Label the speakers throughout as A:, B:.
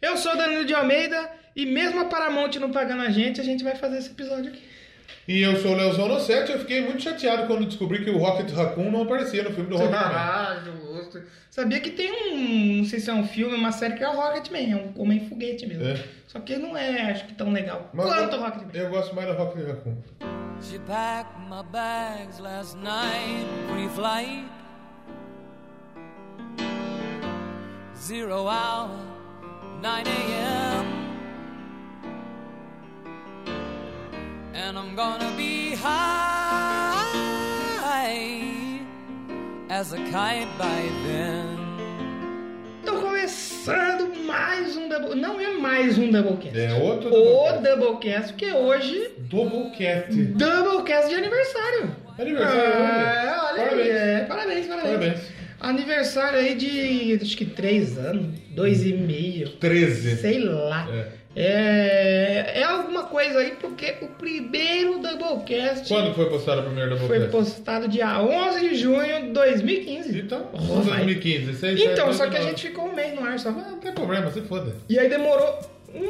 A: Eu sou o Danilo de Almeida e mesmo a Paramount não pagando a gente, a gente vai fazer esse episódio aqui.
B: E eu sou o Leozão no set, eu fiquei muito chateado quando descobri que o Rocket Raccoon não aparecia no filme do Rocket Man.
A: Ah, justo. Sabia que tem um, não sei se é um filme, uma série que é o Rocketman, é um homem foguete mesmo.
B: É.
A: Só que não é, acho que tão legal
B: Mas
A: quanto
B: eu-
A: o Rocketman.
B: Eu gosto mais do Rocket Raccoon.
C: She packed my bags last night, pre-flight. Zero hour, 9 a.m. And I'm gonna be high as a kite by then.
A: Então começando mais um Double... Não é mais um Doublecast.
B: É outro
A: O Doublecast, porque hoje...
B: Doublecast.
A: Doublecast de aniversário.
B: Aniversário,
A: É,
B: olha.
A: olha aí,
B: Parabéns.
A: é, parabéns, parabéns.
B: Parabéns.
A: Aniversário aí de, acho que três anos, dois e meio,
B: 13.
A: sei lá.
B: É.
A: É, é alguma coisa aí, porque o primeiro Doublecast
B: Quando foi postado o primeiro
A: foi
B: Doublecast?
A: postado dia 11 de junho de 2015.
B: Então,
A: Oh, vai.
B: 2015, 16,
A: Então,
B: 17,
A: só que a
B: 19.
A: gente ficou um mês no ar só.
B: Ah, Não tem problema, se foda.
A: E aí demorou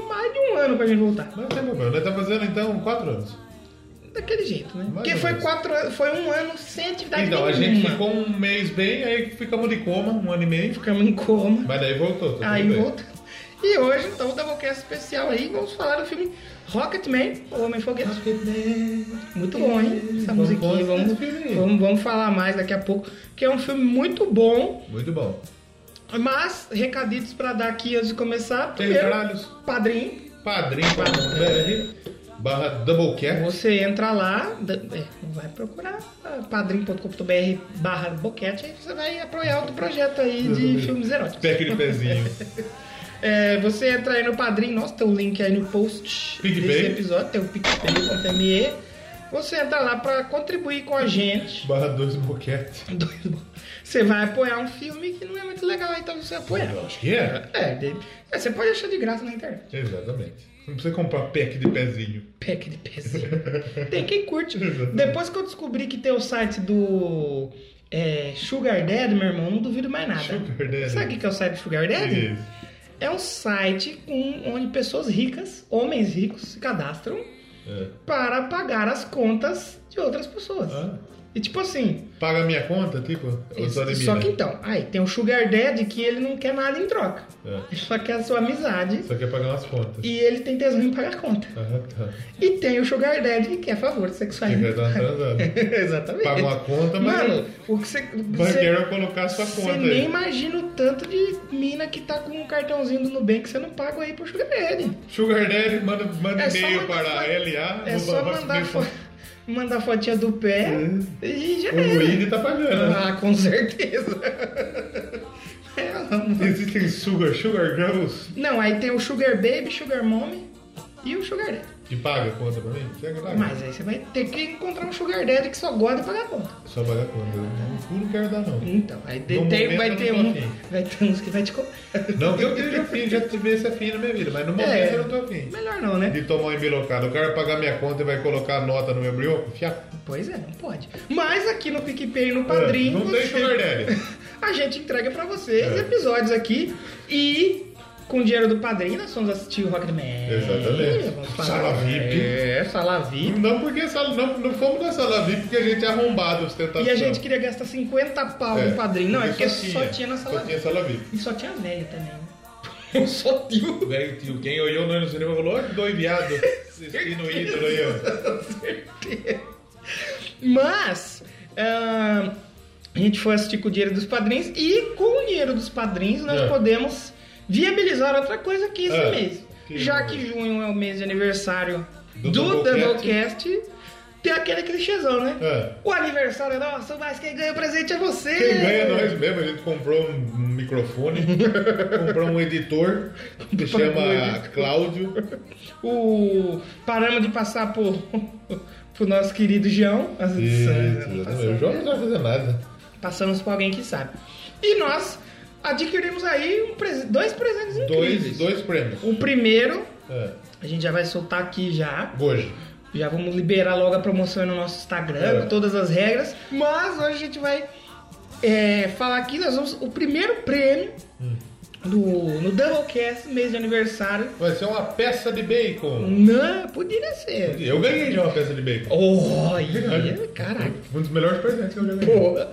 A: mais de um ano pra gente voltar.
B: Não tem problema. Nós estamos fazendo então 4 anos.
A: Daquele jeito, né?
B: Mais
A: Porque
B: ou
A: foi,
B: menos.
A: quatro, an- foi um ano sem atividade
B: Então, a
A: nenhuma.
B: gente ficou um mês bem, aí ficamos de coma, um ano e meio.
A: Ficamos em coma.
B: Mas daí voltou. tá
A: Aí
B: tudo bem.
A: volta. E hoje, então, o Doublecast especial aí, vamos falar do filme Rocketman, o Homem Foguete. Muito bom, hein? Essa
B: Vamos
A: musiquinha.
B: falar
A: Vamos,
B: desse filme aí.
A: vamos, vamos falar mais daqui a pouco, que é um filme muito bom,
B: Muito bom.
A: mas recaditos pra dar aqui antes de começar.
B: Tem
A: Primeiro,
B: caralhos.
A: padrinho,
B: Padrim.br barra Doublecast.
A: você entra lá, da- é, vai procurar ah, padrim.com.br barra boquete, aí você vai apoiar outro projeto aí de filmes eróticos.
B: Pé aquele pezinho.
A: É, você entra aí no Padrim, nossa, tem um link aí no post
B: PicPay.
A: desse episódio, tem o picpay.me. Você entra lá pra contribuir com a gente.
B: barra 2 Boquete.
A: Dois bo- Você vai apoiar um filme que não é muito legal, então você apoia.
B: Eu acho que é.
A: É, de- é, você pode achar de graça na internet.
B: Exatamente. Não precisa comprar pack de pezinho.
A: Pack de pezinho. tem quem curte. Depois que eu descobri que tem o site do é, Sugar Daddy, meu irmão, não duvido mais nada.
B: Sugar Daddy.
A: Sabe o que que é o site do Sugar Daddy?
B: Isso.
A: É um site com, onde pessoas ricas, homens ricos, se cadastram
B: É.
A: para pagar as contas de outras pessoas.
B: Ah,
A: E tipo assim,
B: paga minha conta, tipo? Ou só de
A: só que
B: mina?
A: então, aí tem o Sugar Daddy que ele não quer nada em troca.
B: É.
A: Ele só quer a sua amizade
B: Só quer pagar umas contas.
A: e ele tem tesão em pagar a conta.
B: Ah, tá.
A: E tem o Sugar Daddy que é quer favores
B: Você
A: sexuais.
B: quer dar uma transada.
A: Exatamente.
B: Paga uma conta, mas-
A: Mano, o que você. o que
B: Mas
A: você-
B: quero colocar a sua
A: Você
B: conta
A: nem
B: aí.
A: imagina o tanto de mina que tá com um cartãozinho do Nubank que você não paga aí pro Sugar Daddy.
B: Sugar Daddy, manda, manda
A: É só
B: e-mail
A: mandar
B: para
A: fo-
B: LA.
A: É só mandar, fo... mandar fotinha do pé
B: É.
A: e já
B: O
A: era.
B: Luigi tá pagando. né?
A: Ah, com certeza. É, não.
B: Existem Sugar, Sugar Girls
A: Não, aí tem o Sugar Baby, Sugar Mommy e o Sugar Daddy.
B: que paga a conta pra mim? Você paga?
A: Mas aí você vai ter que encontrar um Sugar Daddy que só gosta de pagar conta.
B: Só paga a conta. O cu não quero dar, não.
A: Então, aí de-
B: No
A: tem-
B: momento
A: vai
B: eu
A: ter
B: não tô
A: um.
B: afim.
A: Vai ter uns que vai te cobrar.
B: Não que eu esteja afim, já tive esse afim na minha vida, mas no momento
A: É.
B: eu não tô afim.
A: Melhor não, né?
B: De tomar um embelocado. O cara pagar minha conta e vai colocar a nota no meu brioco? Fiá.
A: Pois é, não pode. Mas aqui no PicPay e no Padrinho.
B: É, Não tem
A: você-
B: Sugar Daddy. É.
A: A gente entrega pra vocês episódios aqui e com o dinheiro do padrinho nós vamos assistir o Rocketman.
B: Exatamente.
A: Vamos falar-
B: Sala VIP.
A: É, sala VIP.
B: Não porque sala, não, não fomos na sala VIP porque a gente é arrombado ostentação.
A: E a gente queria gastar 50 pau no padrinho. Não, é porque só tinha, na sala
B: Só
A: VIP.
B: tinha sala VIP.
A: E só tinha velho também, né? Eu só tio.
B: Velho tio, quem olhou nós no cinema falou, olha que dois viados assistindo o ídolo aí, ó.
A: Mas. ah, a gente foi assistir com o dinheiro dos padrinhos e com o dinheiro dos padrinhos nós
B: É.
A: podemos viabilizar outra coisa aqui esse
B: É.
A: mês.
B: Que
A: Já
B: bom.
A: que junho é o mês de aniversário do,
B: Do
A: Doublecast, tem aquele clichêzão, né?
B: É.
A: O aniversário é nosso, mas quem ganha o presente é você!
B: Quem ganha é nós mesmo, a gente comprou um microfone, comprou um editor que
A: um
B: chama Cláudio.
A: Tá O... Paramos de passar por... pro nosso querido João. as
B: E
A: edições, né?
B: o João não vai fazer nada.
A: Passamos por alguém que sabe. E nós adquirimos aí um prese- dois presentes incríveis.
B: Dois, dois prêmios.
A: O primeiro,
B: É,
A: a gente já vai soltar aqui já.
B: hoje.
A: Já vamos liberar logo a promoção aí no nosso Instagram,
B: É.
A: com todas as regras.
B: Hum.
A: Mas hoje a gente vai é, falar aqui, nós vamos. O primeiro prêmio no, no Doublecast, mês de aniversário.
B: Vai ser uma peça de bacon.
A: Não, poderia ser.
B: Eu ganhei já uma peça de bacon.
A: Oh, ia, caraca.
B: Foi um dos melhores presentes que eu já ganhei.
A: Porra.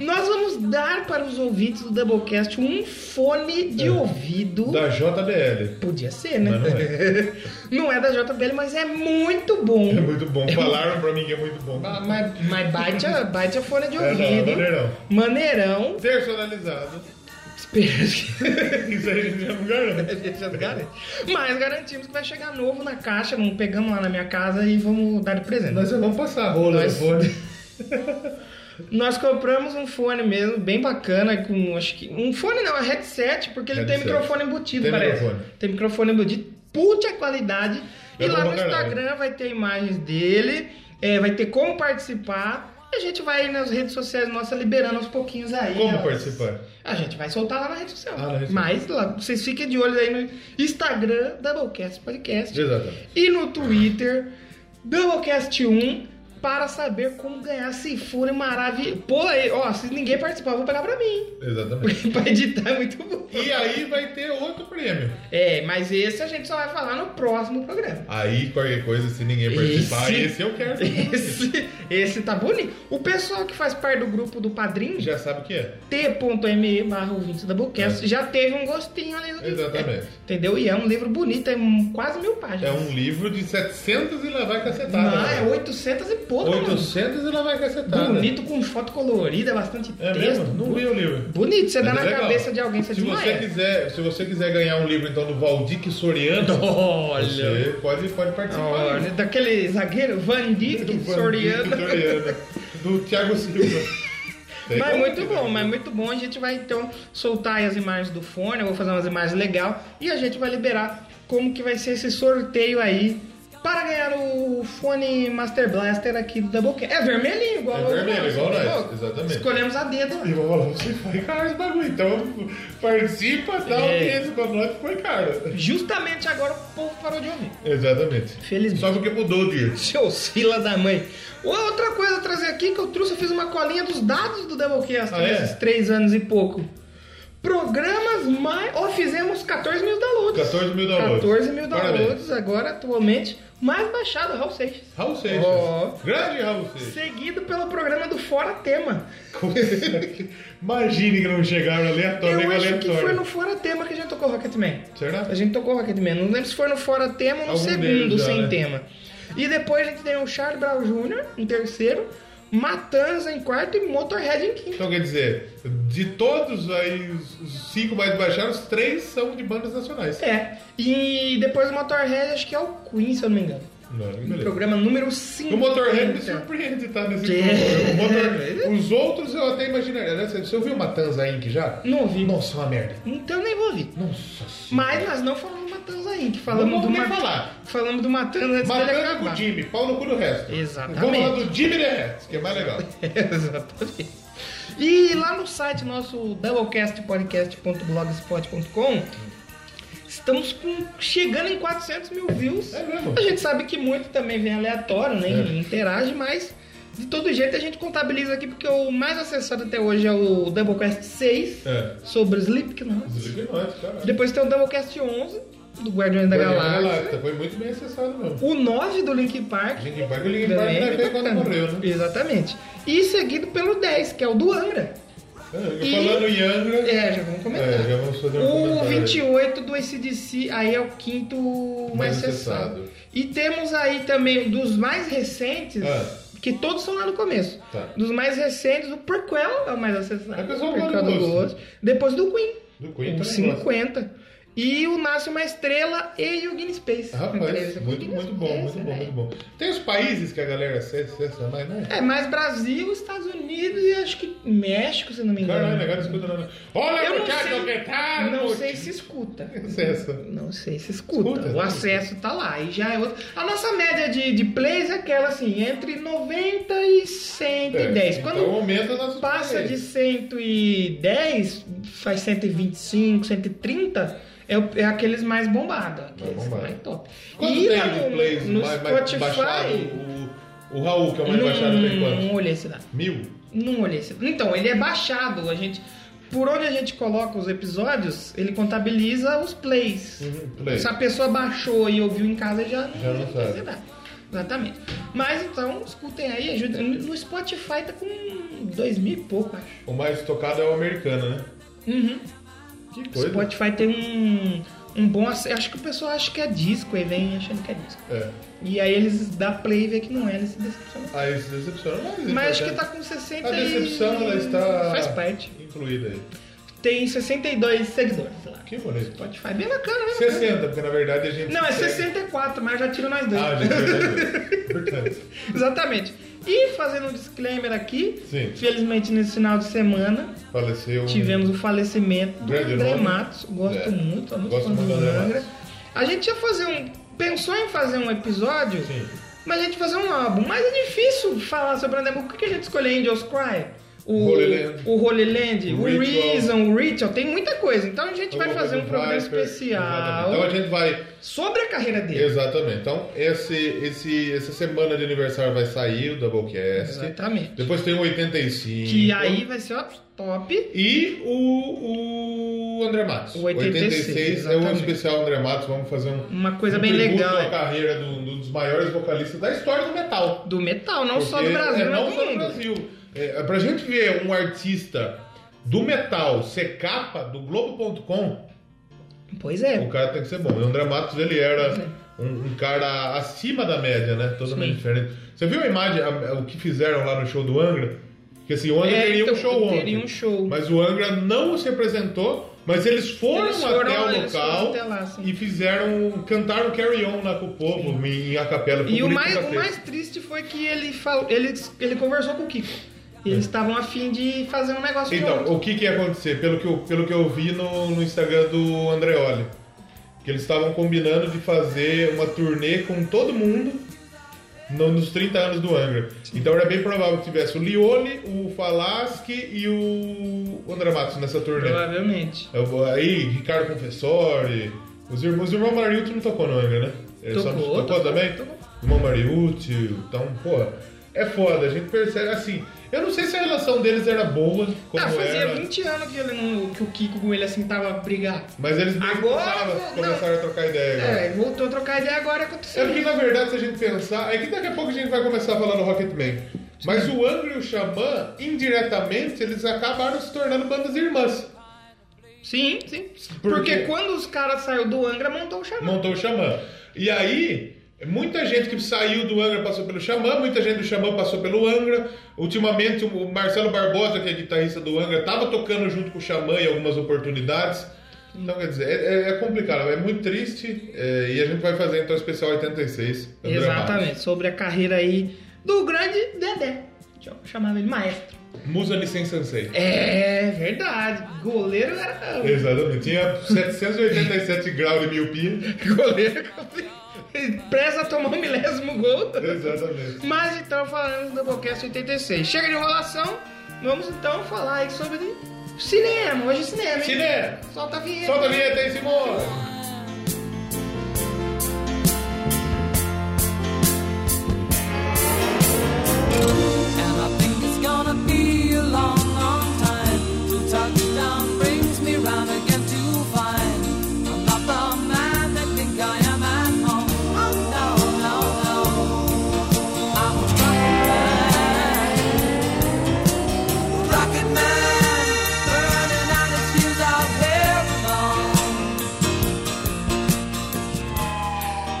A: Nós vamos dar para os ouvintes do Doublecast um fone de ouvido.
B: É. Da JBL.
A: Podia ser, né?
B: Mas não é.
A: Não é da JBL, mas é muito bom.
B: É muito bom. Falaram pra mim que é muito bom.
A: Ah, Mas, mas bate, a, bate a fone de
B: É, não, é
A: ouvido.
B: maneirão.
A: maneirão.
B: Personalizado.
A: Espero que.
B: Isso aí a gente já não garante. É.
A: Mas garantimos que vai chegar novo na caixa. Não pegamos lá na minha casa e vamos dar de presente.
B: Nós já vamos passar a rola
A: Nós-
B: no fone.
A: Nós compramos um fone mesmo, bem bacana, com acho que. Um fone não, é headset, porque ele tem
B: Headset.
A: microfone embutido,
B: Tem
A: parece.
B: microfone.
A: Tem microfone embutido, puta qualidade.
B: É
A: e lá
B: bom
A: no
B: pra caralho.
A: Instagram vai ter imagens dele, é, vai ter como participar. E a gente vai nas redes sociais nossas liberando aos pouquinhos aí.
B: Como
A: ó.
B: participar?
A: A gente vai soltar lá na rede social.
B: Ah, na rede social.
A: Mas lá, vocês fiquem de olho aí no Instagram, Doublecast Podcast.
B: Exatamente.
A: E no Twitter, Doublecast1, para saber como ganhar se forem maravilhoso. Pô, aí, ó, se ninguém participar, eu vou pegar pra mim.
B: Exatamente.
A: Porque pra editar é muito bom.
B: E aí vai ter outro prêmio.
A: É, mas esse a gente só vai falar no próximo programa.
B: Aí qualquer coisa, se ninguém participar,
A: Esse-
B: esse, eu quero.
A: Esse, esse tá bonito. O pessoal que faz parte do grupo do Padrinho,
B: Já sabe o que é.
A: t.me barra ouvintes da Bookcast, já teve um gostinho ali. do-
B: Exatamente.
A: Entendeu? E é um livro bonito, é um- quase mil
B: É tá, né?
A: páginas.
B: um livro de 700 e lá vai cacetada.
A: Não, é 800 e pouco, mano.
B: 800 e lá vai cacetada.
A: Bonito, com foto colorida, bastante
B: É
A: texto.
B: mesmo? Não li o livro.
A: Bonito, você dá
B: Mas
A: na
B: é legal.
A: cabeça de alguém, você
B: se você
A: desmaia.
B: quiser, Se você quiser ganhar um livro, então, do Valdir Soriano,
A: Olha,
B: você pode, pode participar.
A: olha, daquele zagueiro Van
B: Do
A: Dijk
B: Valdir
A: Soriano.
B: Soriano, Do Thiago Silva. Tem
A: Mas
B: como
A: muito
B: que-
A: bom, mas muito bom. A gente vai então soltar aí as imagens do fone, eu vou fazer umas imagens legais e a gente vai liberar como que vai ser esse sorteio aí para ganhar o fone Master Blaster aqui do Doublecast. É vermelhinho, igual
B: É
A: ao
B: vermelho,
A: nosso,
B: igual
A: entendeu?
B: nós, exatamente.
A: né, Escolhemos a dedo.
B: E vou falar, você foi caro esse bagulho, então participa, dá
A: É.
B: audiência pra nós que foi caro.
A: Justamente agora o povo parou de ouvir.
B: Exatamente.
A: Felizmente.
B: Só porque mudou o dia.
A: Seus fila da mãe. Outra coisa a trazer aqui que eu trouxe, eu fiz uma colinha dos dados do Doublecast
B: Ah, é?
A: nesses três anos e pouco. Programas mais. Ó, fizemos 14 mil downloads.
B: 14 mil downloads.
A: 14 mil
B: Parabéns.
A: downloads agora, atualmente. Mais baixado, Raul Seixas.
B: Raul Seixas.
A: Ó.
B: Grande Raul Seixas.
A: Seguido pelo programa do Fora Tema.
B: Imagine que não chegaram aleatório,
A: eu
B: nego
A: acho que foi
B: aleatório.
A: no Fora Tema que a gente tocou Rocketman.
B: Será?
A: A gente tocou Rocketman. Não lembro se foi no Fora Tema ou no
B: Algum
A: segundo,
B: deles já,
A: sem
B: né?
A: tema. E depois a gente tem o Charles Brown Jr. em terceiro, Matanza em quarto e Motorhead em quinto.
B: Então quer dizer, de todos aí, os os cinco mais baixados, três são de bandas nacionais.
A: É. E depois o Motorhead, acho que é o Queen, se eu não me engano.
B: Não, que beleza.
A: Programa número 5.
B: O Motorhead me surpreende, tá? Nesse
A: Que- É?
B: grupo. O Motor- Os outros eu até imaginaria. né? Você você ouviu Matanza Inc. já?
A: Não ouvi.
B: Nossa, uma merda.
A: Então nem vou ouvir.
B: Nossa senhora.
A: Mas nós não falamos do Matanza aí, que falamos
B: Não
A: do
B: vamos nem
A: Mat-
B: falar.
A: Falamos do Matanza antes dele
B: Matanza com
A: acabar.
B: o Jimmy, pau no cu do resto.
A: Exatamente.
B: Vamos falar do Jimmy The Rats, que é mais legal.
A: Exatamente. E lá no site nosso doublecastpodcast.blogspot.com estamos com- chegando em 400 mil views.
B: É mesmo? É.
A: A gente sabe que muito também vem aleatório, né? e Interage, mas de todo jeito a gente contabiliza aqui porque o mais acessado até hoje é o Doublecast 6
B: É.
A: sobre Slipknot.
B: Slipknot, caralho.
A: Depois tem o Doublecast 11 do Guardiões da
B: Foi bem
A: Galáxia.
B: Galáctica, Foi muito bem acessado mesmo.
A: O 9 do Link Park.
B: Linkin Park, o Linkin Park
A: Também
B: não é feio quando
A: bacana.
B: morreu, né?
A: Exatamente. E seguido pelo 10, que é o do Angra.
B: É,
A: E-
B: Falando em Angra...
A: É, já vamos comentar.
B: É, já vamos fazer um
A: o
B: comentário.
A: 28 do ACDC, aí é o quinto mais
B: Mais
A: acessado.
B: acessado.
A: E temos aí também dos mais recentes,
B: Ah.
A: que todos são lá no começo.
B: Tá.
A: Dos mais recentes, o Prequel é o mais acessado.
B: É o pessoal
A: Prequel
B: gosta do gosto.
A: Depois do Queen,
B: Do Queen
A: o
B: também
A: 50. E o Nasce Uma Estrela e o Guinness Space.
B: Rapaz,
A: Entrevista com o
B: muito,
A: Guinness
B: muito bom,
A: Space,
B: muito bom,
A: né?
B: muito bom. Tem os países que a galera acessa, mas não.
A: É, mais Brasil, Estados Unidos e acho que México, se não me engano.
B: Caralho, agora escuta nada. Olha, tá
A: Eu não
B: muchacho,
A: sei-
B: que tal?
A: Não sei se escuta.
B: Acessa.
A: Não sei se escuta.
B: Escuta,
A: o
B: escuta.
A: acesso tá lá. E já é outro. A nossa média de, de plays é aquela assim, entre 90 e 110.
B: É,
A: Quando
B: então é. aumenta nossos
A: passa de
B: países.
A: 110, faz 125, 130, é, o- é aqueles mais bombados. Aqueles
B: bombado.
A: mais top.
B: Quanto
A: e
B: tem
A: lá
B: de
A: no,
B: plays
A: no
B: mais, mais
A: Spotify. Hum.
B: baixado? O, o Raul, que é o mais
A: não,
B: baixado, tem
A: não
B: quanto?
A: olhei esse dado.
B: Mil?
A: Não olhei esse. Então, ele é baixado, a gente. por onde a gente coloca os episódios, ele contabiliza os plays.
B: Uhum, play.
A: Se a pessoa baixou e ouviu em casa, já,
B: Já não
A: vai
B: sabe.
A: zerar. Exatamente. Mas então, escutem aí,
B: É.
A: ajuda. No Spotify tá com dois mil e pouco, acho.
B: O mais tocado é o americano, né?
A: Uhum.
B: Que
A: O
B: coisa.
A: Spotify tem um, um bom. ace- Acho que o pessoal acha que é disco, aí vem achando que é disco.
B: É.
A: E aí eles dá play e vê que não é, eles se decepcionam.
B: Aí se decepciona. Mas, então
A: Mas acho que
B: importante.
A: tá com 60
B: É A decepção,
A: e...
B: ela está...
A: Faz parte.
B: Incluída aí.
A: Tem 62 seguidores lá.
B: Que bonito.
A: Spotify, bem bacana, né?
B: 60, porque na verdade a gente...
A: Não, é
B: segue-
A: 64, mas já tiro nós dois.
B: Ah, gente, verdade. Importante.
A: Exatamente. E fazendo um disclaimer aqui,
B: Sim.
A: felizmente nesse final de semana
B: Faleceu... um-
A: tivemos o falecimento do
B: Grande
A: André
B: nome.
A: Matos. Gosto
B: É.
A: muito, sou muito
B: Gosto
A: fã
B: muito
A: do
B: do André
A: Angra.
B: Matos.
A: A gente ia fazer um. Pensou em fazer um episódio,
B: Sim.
A: mas a gente fazer um álbum. Mas é difícil falar sobre o André Matos. Por que a gente escolheu Angels Cry? O
B: Holy Land.
A: O Holy Land, o,
B: Ritual.
A: Reason, o Ritual, tem muita coisa. Então a gente vai
B: Alguma
A: fazer um
B: coisa do
A: programa
B: Viper.
A: especial
B: Exatamente. Então a gente vai...
A: sobre a carreira dele.
B: Exatamente. Então, esse, esse, essa semana de aniversário vai sair o Doublecast.
A: Exatamente.
B: Depois tem o 85.
A: Que
B: Então-
A: aí vai ser ó, top.
B: E o, o André Matos.
A: O 86,
B: é o
A: exatamente.
B: especial André Matos. Vamos fazer um,
A: Uma coisa
B: um
A: bem
B: tributo
A: legal,
B: à
A: é.
B: carreira do- do- dos maiores vocalistas da história do metal.
A: Do metal, não só do
B: Porque,
A: Brasil,
B: é,
A: mas
B: não
A: do
B: só do
A: mundo.
B: Brasil. É, pra gente ver um artista do metal ser capa do Globo.com,
A: Pois
B: o
A: é.
B: cara tem que ser bom. E o André Matos, ele era um, um cara acima da média, né? Totalmente
A: Sim.
B: diferente. Você viu a imagem, a- a- o que fizeram lá no show do Angra? Que assim, o Angra
A: É,
B: teria
A: então,
B: um show ontem.
A: teria um show.
B: Mas o Angra não se apresentou, mas eles foram,
A: Eles foram-
B: até o
A: eles foram
B: local
A: até lá, sim.
B: e fizeram, cantaram Carry On lá com o povo em, em a capela.
A: E o
B: público
A: mais,
B: pra
A: o
B: ter.
A: mais triste foi que ele, falou, ele, ele conversou com o Kiko. E Eles estavam afim de fazer um negócio junto.
B: É. Então, o que que ia acontecer? Pelo que eu, pelo que eu vi no, no Instagram do Andreoli, que eles estavam combinando de fazer uma turnê com todo mundo no- nos 30 anos do Angra. Então era bem provável que tivesse o Lioli, o Falaschi e o André Matos nessa turnê.
A: é, Provavelmente.
B: Eu vou- Aí, Ricardo Confessori. Os irmãos, os irmãos Mariucci não tocou no Angra, né? Ele só-
A: Tocou,
B: tocou
A: tocou,
B: também?
A: tocou.
B: Irmão Mariucci, então, porra. É foda, a gente percebe assim. Eu não sei se a relação deles era boa, como
A: ah, fazia
B: era,
A: 20 anos que, ele não- que o Kiko com ele assim tava brigado.
B: mas eles meio que
A: Agora,
B: começaram-
A: não.
B: começaram a trocar ideia.
A: É,
B: né?
A: ele voltou a trocar ideia agora aconteceu.
B: É porque na verdade, se a gente pensar, é que daqui a pouco a gente vai começar a falar do Rocketman. Mas o Angra e o Xamã, indiretamente, eles acabaram se tornando bandas irmãs.
A: Sim, sim.
B: Por
A: Porque
B: quê?
A: quando os caras saíram do Angra, montou o Xamã.
B: montou o Xamã. E aí, muita gente que saiu do Angra passou pelo Xamã, muita gente do Xamã passou pelo Angra. Ultimamente, o Marcelo Barbosa, que é guitarrista do Angra, estava tocando junto com o Xamã em algumas oportunidades. Então, quer dizer, é, é- é complicado, é muito triste. é, e a gente vai fazer, então, o especial 86. André
A: Exatamente, sobre a carreira aí do grande Dedé. Eu chamava ele maestro.
B: Matos. Musa Nissen Sensei.
A: É verdade, goleiro era.
B: Exatamente. Tinha 787 graus de miopia.
A: Goleiro é preza a tomar o milésimo gol.
B: Exatamente.
A: Mas então, falando do Doublecast 86. Chega de enrolação, vamos então falar aí sobre cinema. Hoje é cinema, hein?
B: Cine,
A: Solta a vinheta.
B: solta a vinheta aí, Simone!
C: And I think it's gonna be a long, long time till touchdown brings me round again to find I'm not the man they think I am at home. Oh no, no, no, I'm a rocket man, rocket man, burning out his fuse out here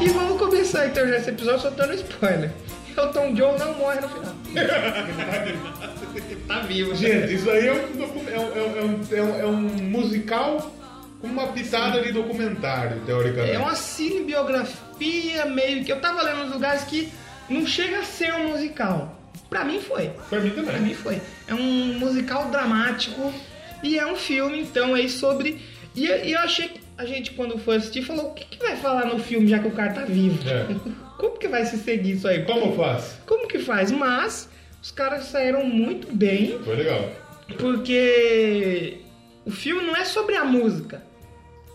C: alone.
A: E vamos começar então já esse episódio soltando spoiler. Elton John não morre no final. tá vivo,
B: Gente, isso aí é um, docu- é um- é um- é um- é um- é um musical com uma pitada de documentário, teoricamente.
A: É uma cinebiografia meio que. Eu tava lendo uns lugares que não chega a ser um musical. Pra mim foi.
B: Pra mim
A: Pra
B: também.
A: mim foi. É um musical dramático e é um filme, então, aí sobre. E, eu- e eu achei que a gente, quando foi assistir, falou: o que, que vai falar no filme já que o cara tá vivo?
B: É.
A: Como que vai se seguir isso aí?
B: Como faz?
A: Como que faz? Mas os caras saíram muito bem
B: Foi legal.
A: porque o filme não é sobre a música.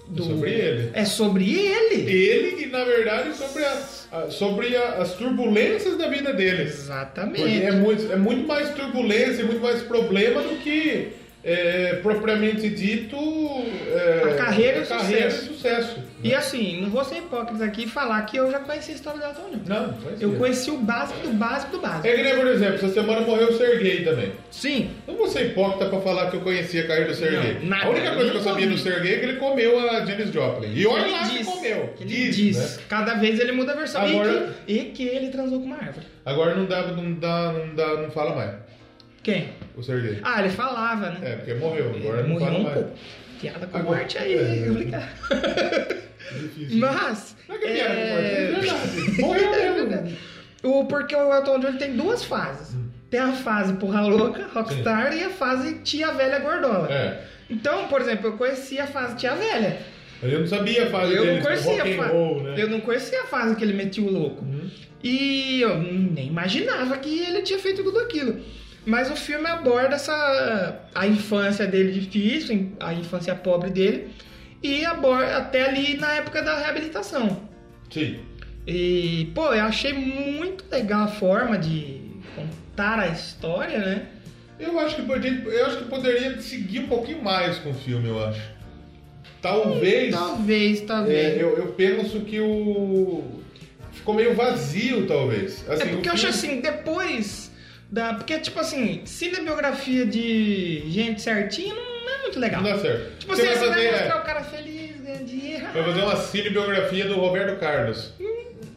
A: do-
B: É sobre ele.
A: É sobre ele.
B: Ele, e na verdade, sobre, a- a- sobre a- as turbulências da vida dele. Porque
A: Exatamente.
B: é muito, é muito mais turbulência, muito mais problema do que é, propriamente dito. é,
A: A carreira e o
B: carreira
A: sucesso.
B: e sucesso.
A: E assim, não vou ser hipócrita aqui e falar que eu já conheci a história do Elton John.
B: Não, não faz
A: Eu
B: isso.
A: conheci o básico do básico do básico.
B: É que nem, por exemplo, essa semana morreu o Sergei também.
A: Sim,
B: Não vou ser hipócrita pra falar que eu conhecia a carreira do Sergei.
A: Não, nada.
B: a única coisa que eu
A: Nem
B: sabia do
A: ouvi.
B: Sergei é que ele comeu a Janis Joplin. E olha lá que
A: diz,
B: comeu. né?
A: Ele diz. Cada vez ele muda a versão. E
B: Agora-
A: que- E, que, ele transou com uma árvore.
B: Agora não dá, não dá, não dá, não fala mais.
A: Quem?
B: O Sergei.
A: Ah, ele falava, né?
B: É, porque morreu. Agora não
A: Morreu
B: fala
A: um
B: mais.
A: pouco. Piada com
B: Agora-
A: morte aí,
B: É.
A: complicado.
B: Difícil.
A: Mas.
B: Não é que é piada com morte, é verdade.
A: É
B: Morreu
A: verdade.
B: mesmo. Hum.
A: O, porque o Elton John tem duas fases. Tem a fase porra louca, rockstar, e a fase tia velha gordola.
B: É.
A: Então, por exemplo, eu conheci a fase tia velha.
B: Mas eu não sabia a fase
A: Eu
B: dele,
A: não conhecia
B: rock
A: a
B: and
A: fase.
B: roll, né? Uhum.
A: Eu não conhecia a fase que ele metia o louco. E eu nem imaginava que ele tinha feito tudo aquilo. Mas o filme aborda essa a infância dele difícil, a infância pobre dele e aborda até ali na época da reabilitação.
B: Sim.
A: E, pô, eu achei muito legal a forma de contar a história, né?
B: Eu acho que podia, eu acho que poderia seguir um pouquinho mais com o filme, eu acho. Talvez.
A: Talvez, talvez.
B: é, eu, eu penso que o. Ficou meio vazio, talvez. Assim,
A: É porque
B: o
A: eu acho
B: filme-
A: assim, depois da. Porque, tipo assim, cinebiografia de gente certinha não é muito legal.
B: Não dá certo.
A: Tipo, você, você vai,
B: fazer,
A: mostrar
B: é,
A: o cara feliz, ganhando dinheiro.
B: vai fazer uma cinebiografia do Roberto Carlos.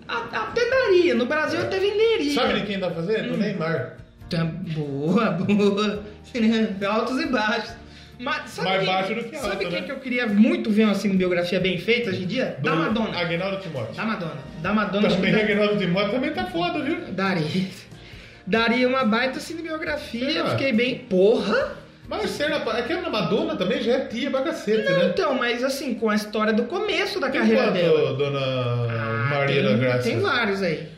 A: A- Até daria. No Brasil até venderia.
B: É. Sabe de quem tá
A: Hum.
B: fazendo? Do Neymar.
A: Tá boa, boa. Altos e baixos. Mas sabe
B: Mais
A: quem,
B: baixo do que alto,
A: Sabe quem
B: né?
A: que eu queria muito ver uma cinebiografia bem feita hoje em dia? Da
B: Do Ah. Tá
A: Madonna.
B: Aguinaldo Timóteo.
A: Da Madonna. Da Madonna. acho que
B: Também
A: da-
B: Aguinaldo Timóteo também tá foda, viu?
A: Daria. Daria uma baita cinebiografia.
B: Será?
A: Eu Fiquei bem. Porra!
B: Mas será, aquela Madonna também já é tia pra cacete,
A: Não,
B: né?
A: então, mas assim, com a história do começo da
B: Tem
A: carreira
B: quanto,
A: dela.
B: dona
A: Ah,
B: Maria
A: tem,
B: da Graça?
A: Tem vários aí.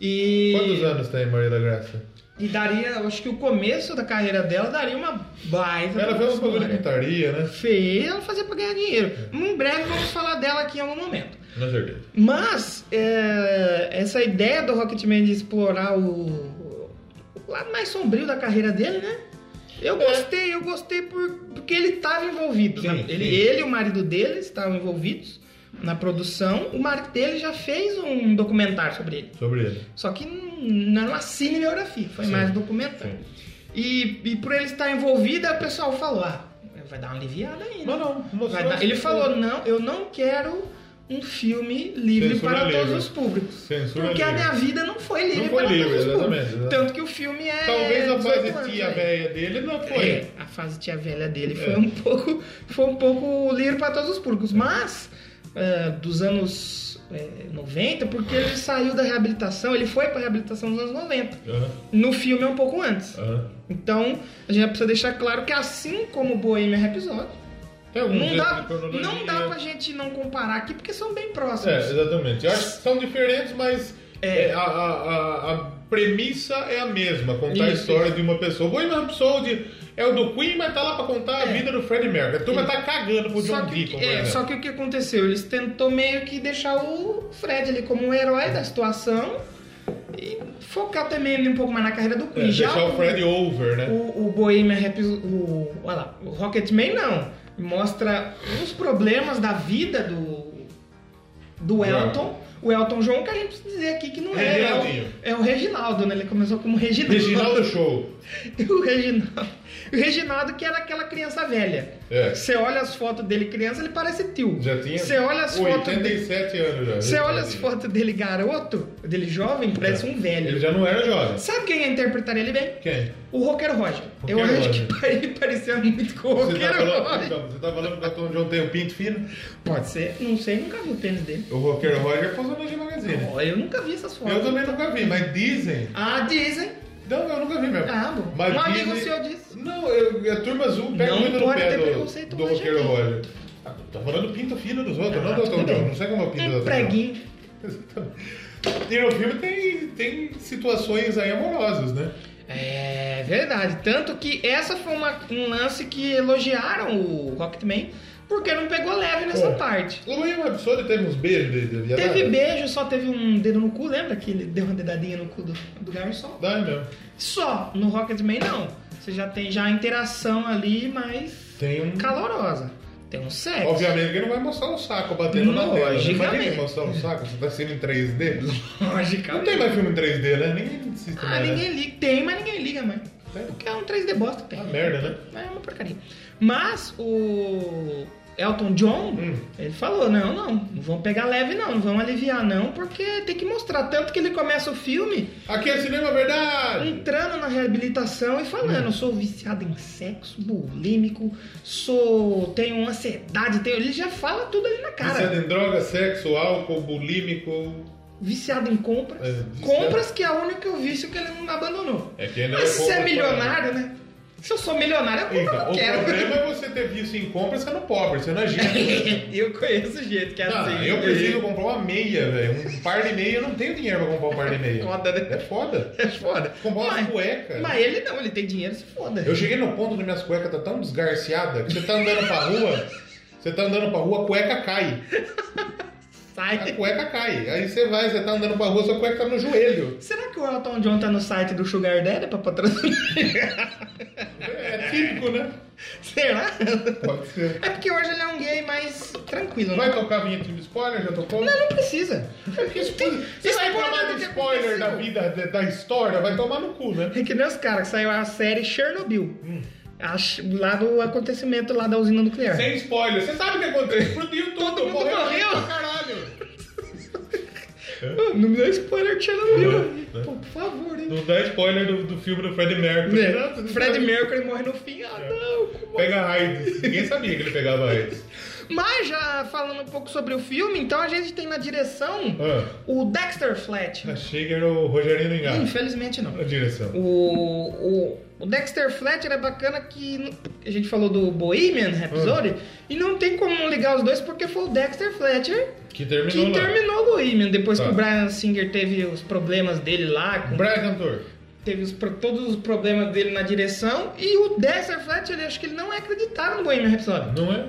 A: E.
B: Quantos anos tem Maria da Graça?
A: E daria, eu acho que o começo da carreira dela daria uma baita.
B: Ela fez um bagulho de
A: história.
B: putaria, né?
A: Fez, ela fazia pra ganhar dinheiro. Em breve vamos falar dela aqui em algum momento.
B: Não certeza.
A: Mas é, essa ideia do Rocketman de explorar o, o lado mais sombrio da carreira dele, né? Eu gostei, eu gostei por, porque ele estava envolvido.
B: É. Sim,
A: né?
B: sim.
A: ele, ele e o marido dele estavam envolvidos na produção. O marido dele já fez um documentário sobre ele.
B: Sobre ele.
A: Só que n- não era uma cinebiografia, foi
B: Sim,
A: mais um documentário. E, e por ele estar envolvido, o pessoal falou: ah, vai dar uma aliviada aí, né?
B: Não, não, mostrou
A: Vai dar- Ele falou, não, eu não quero um filme livre
B: Censura
A: para
B: livre.
A: todos os públicos.
B: Censura
A: porque a
B: livre.
A: minha vida não foi livre
B: Não foi
A: para
B: livre,
A: todos os públicos.
B: exatamente, exatamente.
A: Tanto que o filme é.
B: Talvez a
A: 18
B: fase
A: anos,
B: tia
A: né?
B: velha dele não
A: É,
B: foi.
A: a fase tia velha dele
B: É.
A: foi um pouco foi um pouco livre para todos os públicos, mas é, dos anos é, 90, porque ele saiu da reabilitação, ele foi para reabilitação nos anos 90.
B: Aham,
A: No filme é um pouco antes.
B: aham.
A: Então, a gente precisa deixar claro que assim como o Bohemian Rhapsody,
B: Tem algum
A: não
B: jeito
A: dá,
B: de cronologia.
A: não dá pra gente não comparar aqui, porque são bem
B: É,
A: próximos.
B: exatamente. Eu acho que são diferentes, mas
A: É.
B: é, a, a- a- a premissa é a mesma. Contar a
A: Isso,
B: história de uma pessoa. Bohemian Rhapsody é o do Queen, mas tá lá pra contar a
A: É.
B: vida do Freddie Mercury. A turma tá cagando pro
A: só,
B: John
A: que,
B: Deacon, né?
A: é,
B: por exemplo.
A: só que o que aconteceu? Eles tentou meio que deixar o Fred ali como um herói da situação e focar também um pouco mais na carreira do
B: É,
A: Queen. Já
B: deixar o Freddie over, né?
A: o, o Bohemian Rhapsody, o, olha lá, o Rocketman não. Mostra os problemas da vida do, do Elton. O Elton John, que a gente precisa dizer aqui que não é. É
B: Reginaldinho.
A: o, é o Reginaldo, né? Ele começou como Reginaldo.
B: Reginaldo Show.
A: O Reginaldo. O Reginaldo que era aquela criança velha.
B: É.
A: Você olha as fotos dele criança, ele parece tio.
B: Já tinha
A: Você olha as fotos dele.
B: 87 anos já.
A: Você olha as
B: Reginaldinho.
A: fotos dele garoto, dele jovem, parece um
B: É. Ele
A: velho.
B: já não era jovem.
A: Sabe quem ia interpretar ele bem?
B: Quem?
A: O Roqueiro Roger. Eu
B: Roqueiro
A: acho
B: Roger.
A: que ele parecia muito com o
B: Você tá,
A: Roqueiro
B: falando,
A: Roger.
B: então, você tá falando que o Tom John tem o pinto fino?
A: Pode ser, não sei, nunca vi o tênis dele.
B: O Rocker Roger posou no G Magazine.
A: Ó, Eu nunca vi essas fotos.
B: Eu também nunca vi, mas dizem.
A: Ah, dizem.
B: Não, eu nunca vi mesmo.
A: Ah, bom.
B: Mas
A: Um amigo
B: dizem-
A: seu disse.
B: Não, eu, a turma azul pega
A: Não
B: muito no
A: pode
B: pé
A: ter
B: do,
A: preconceito
B: do
A: hoje
B: Rocker
A: aqui.
B: Roger. Ah, Tá falando pinto fino dos outros,
A: Ah,
B: não do
A: tudo
B: Tom
A: bem.
B: John. Não sei como é o pinto do
A: Um
B: Tom
A: preguinho.
B: John. E no filme tem, tem situações aí amorosas, né?
A: É verdade. Tanto que essa foi uma- um lance que elogiaram o Rocketman porque não pegou leve nessa
B: Pô.
A: parte.
B: O William Absurdo teve uns beijos de, de viadagem?
A: Teve beijo, só teve um dedo no cu,
B: né?
A: lembra que ele deu uma dedadinha no cu do, do Garrison?
B: Dá mesmo.
A: Só, no Rocketman não. Você já tem já a interação ali, mas
B: Tem um.
A: calorosa. Tem um sexo.
B: Obviamente que não vai mostrar o saco batendo na tela. né? Imagina
A: Logicamente.
B: ele mostrar o saco, você tá sendo em 3D. Não
A: Logicamente.
B: tem mais filme em 3D, né? Ninguém insiste
A: Ah,
B: mais. né?
A: ninguém liga. Tem, mas ninguém liga mais.
B: Tem.
A: Porque é um 3D bosta que tem.
B: Uma merda, né?
A: É uma porcaria. Mas o Elton John,
B: Hum.
A: ele falou, não, não, não vão pegar leve não, não vão aliviar não, porque tem que mostrar. Tanto que ele começa o filme
B: Aqui é cinema verdade!
A: entrando na reabilitação e falando, eu sou viciado em sexo, bulímico, sou. tenho ansiedade, tenho. Ele já fala tudo ali na cara.
B: Viciado em é droga, sexo, álcool, bulímico.
A: Viciado em compras.
B: É, viciado.
A: compras que é o único vício que ele não abandonou.
B: É que ele
A: Mas
B: é
A: se você é
B: pobre,
A: milionário, né? Se eu sou milionário, eu compro o que
B: Então, o
A: eu quero.
B: problema é você ter visto em compra sendo pobre, sendo agente.
A: eu conheço o jeito que é
B: Ah,
A: assim.
B: eu preciso comprar uma meia, velho. Um par de meia, eu não tenho dinheiro pra comprar um par de meia.
A: Foda, né?
B: É foda.
A: É foda.
B: Comprar uma
A: Mas-
B: cueca.
A: Mas ele não, ele tem dinheiro, se foda.
B: Eu cheguei no ponto de minhas cuecas tá tão desgarciada que você tá andando pra rua, você tá andando pra rua, a cueca cai. A
A: Sai.
B: cueca cai. Aí você vai, você tá andando pra rua, sua cueca tá no joelho.
A: Será que o Elton John tá no site do Sugar Daddy pra patrocinar?
B: É típico, né?
A: Será?
B: Pode ser.
A: É porque hoje ele é um gay mais tranquilo, né?
B: Vai tocar a vinheta de spoiler? Já tocou?
A: Não, não precisa.
B: É Porque spoiler- Você vai
A: Spoiler
B: falar
A: do
B: é de
A: que
B: spoiler da vida, da- da história, vai tomar no cu, né?
A: É que nem os caras que saiu a série Chernobyl.
B: Hum.
A: A ch- lá do acontecimento lá da usina nuclear.
B: Sem spoiler. Você sabe o que aconteceu? Explodiu tudo.
A: Todo mundo
B: morreu gente
A: morreu.
B: pra Caralho.
A: Ah, Não me dá spoiler de Chernobyl.
B: É, né?
A: Pô, por favor, né?
B: Não dá spoiler do, do filme do Freddie Mercury.
A: Né? Fred Mercury morre no fim. Ah,
B: É.
A: não, como
B: Pega AIDS. Ninguém sabia que ele pegava AIDS.
A: Mas já falando um pouco sobre o filme, então a gente tem na direção
B: Ah.
A: o Dexter Fletcher.
B: Achei que era o Rogerinho do Engato.
A: Infelizmente não.
B: A direção.
A: O, o, o Dexter Fletcher é bacana que n- a gente falou do Bohemian Rhapsody
B: Ah.
A: e não tem como ligar os dois porque foi o Dexter Fletcher que
B: Que terminou lá.
A: terminou o Bohemian depois
B: Tá.
A: que o Brian Singer teve os problemas dele lá, com-
B: Brian Cantor.
A: teve os pro- todos os problemas dele na direção e o Dexter Fletcher ele- acho que ele não é acreditado no Bohemian Rhapsody
B: Não é?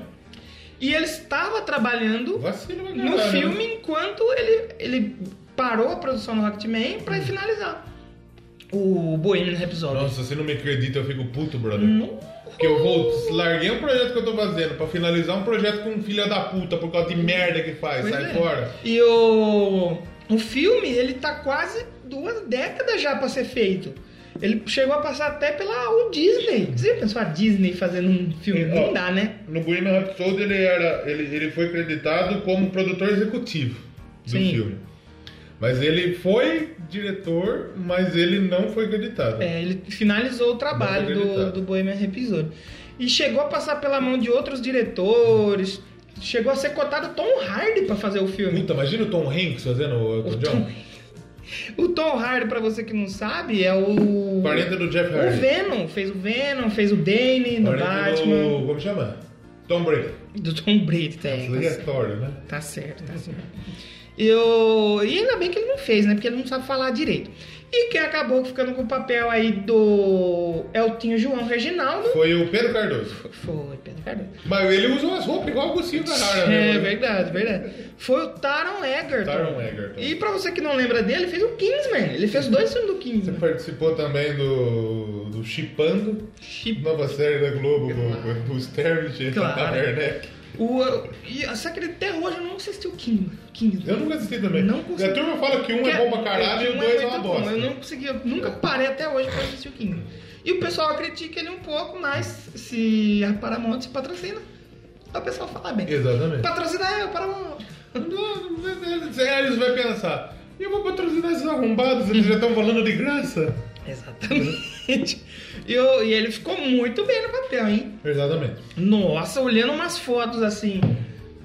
A: e ele estava trabalhando
B: Vacilo pra
A: no
B: caralho,
A: filme
B: né?
A: enquanto ele, ele parou a produção do Rocketman pra finalizar o Bohemian Rhapsody.
B: Hum. Nossa, né? você não me acredita, eu fico puto, brother.
A: Não.
B: Porque eu vou. Larguei um projeto que eu tô fazendo pra finalizar um projeto com um filho da puta por causa de merda que faz.
A: Pois
B: Sai
A: é.
B: fora.
A: E o, o filme, ele tá quase duas décadas já pra ser feito. Ele chegou a passar até pela o Disney. Você já pensou a Disney fazendo um filme?
B: É,
A: Não
B: ó.
A: dá, né?
B: No Bohemian Rhapsody ele, era, ele, ele foi creditado como produtor executivo do
A: Sim.
B: filme. Mas ele foi diretor, mas ele não foi creditado.
A: É, ele finalizou o trabalho
B: Não acredito.
A: do, do Bohemian Rhapsody. E chegou a passar pela mão de outros diretores. Chegou a ser cotado Tom Hardy pra fazer o filme.
B: Puta, imagina o Tom Hanks fazendo o Elton John.
A: O Tom Hardy, pra você que não sabe, é o.
B: Parente do Jeff
A: O
B: Hardy.
A: Venom. Fez o Venom, fez o Dane no
B: Parente
A: Batman.
B: do... Como chama? Tom Brady.
A: Do Tom Brady, tá, aí, tá, certo,
B: Aleatório, né?
A: tá certo, tá certo. Eu... E ainda bem que ele não fez, né? Porque ele não sabe falar direito. E quem acabou ficando com o papel aí do Eltinho João Reginaldo
B: Foi o Pedro Cardoso.
A: foi Pedro Cardoso.
B: Mas ele usou as roupas igual o Gustavo Carrara, né?
A: É verdade, verdade. Foi o Taron Egerton.
B: Taron Egerton.
A: E pra você que não lembra dele, ele fez o Kingsman. Ele fez dois filmes do
B: Você
A: Kingsman.
B: participou também do, do Chipando,
A: Chip-
B: nova série da Globo com, com o Sterling e
A: Claro.
B: a Taverneck.
A: O, e, só que até hoje eu não assisti o King. King.
B: Eu nunca assisti também.
A: Não consegui.
B: E a turma fala que um é bom pra caralho e o dois é uma bosta.
A: Eu não consegui, eu nunca parei até hoje pra assistir o King. E o pessoal critica ele um pouco, mas se a Paramount se patrocina, o pessoal fala bem.
B: Exatamente.
A: Patrocina eu, Paramount.
B: Aí eles vão pensar, e eu vou patrocinar esses arrombados, eles já estão falando de graça.
A: Exatamente. E, o- e ele ficou muito bem no papel, hein?
B: Exatamente.
A: Nossa, olhando umas fotos assim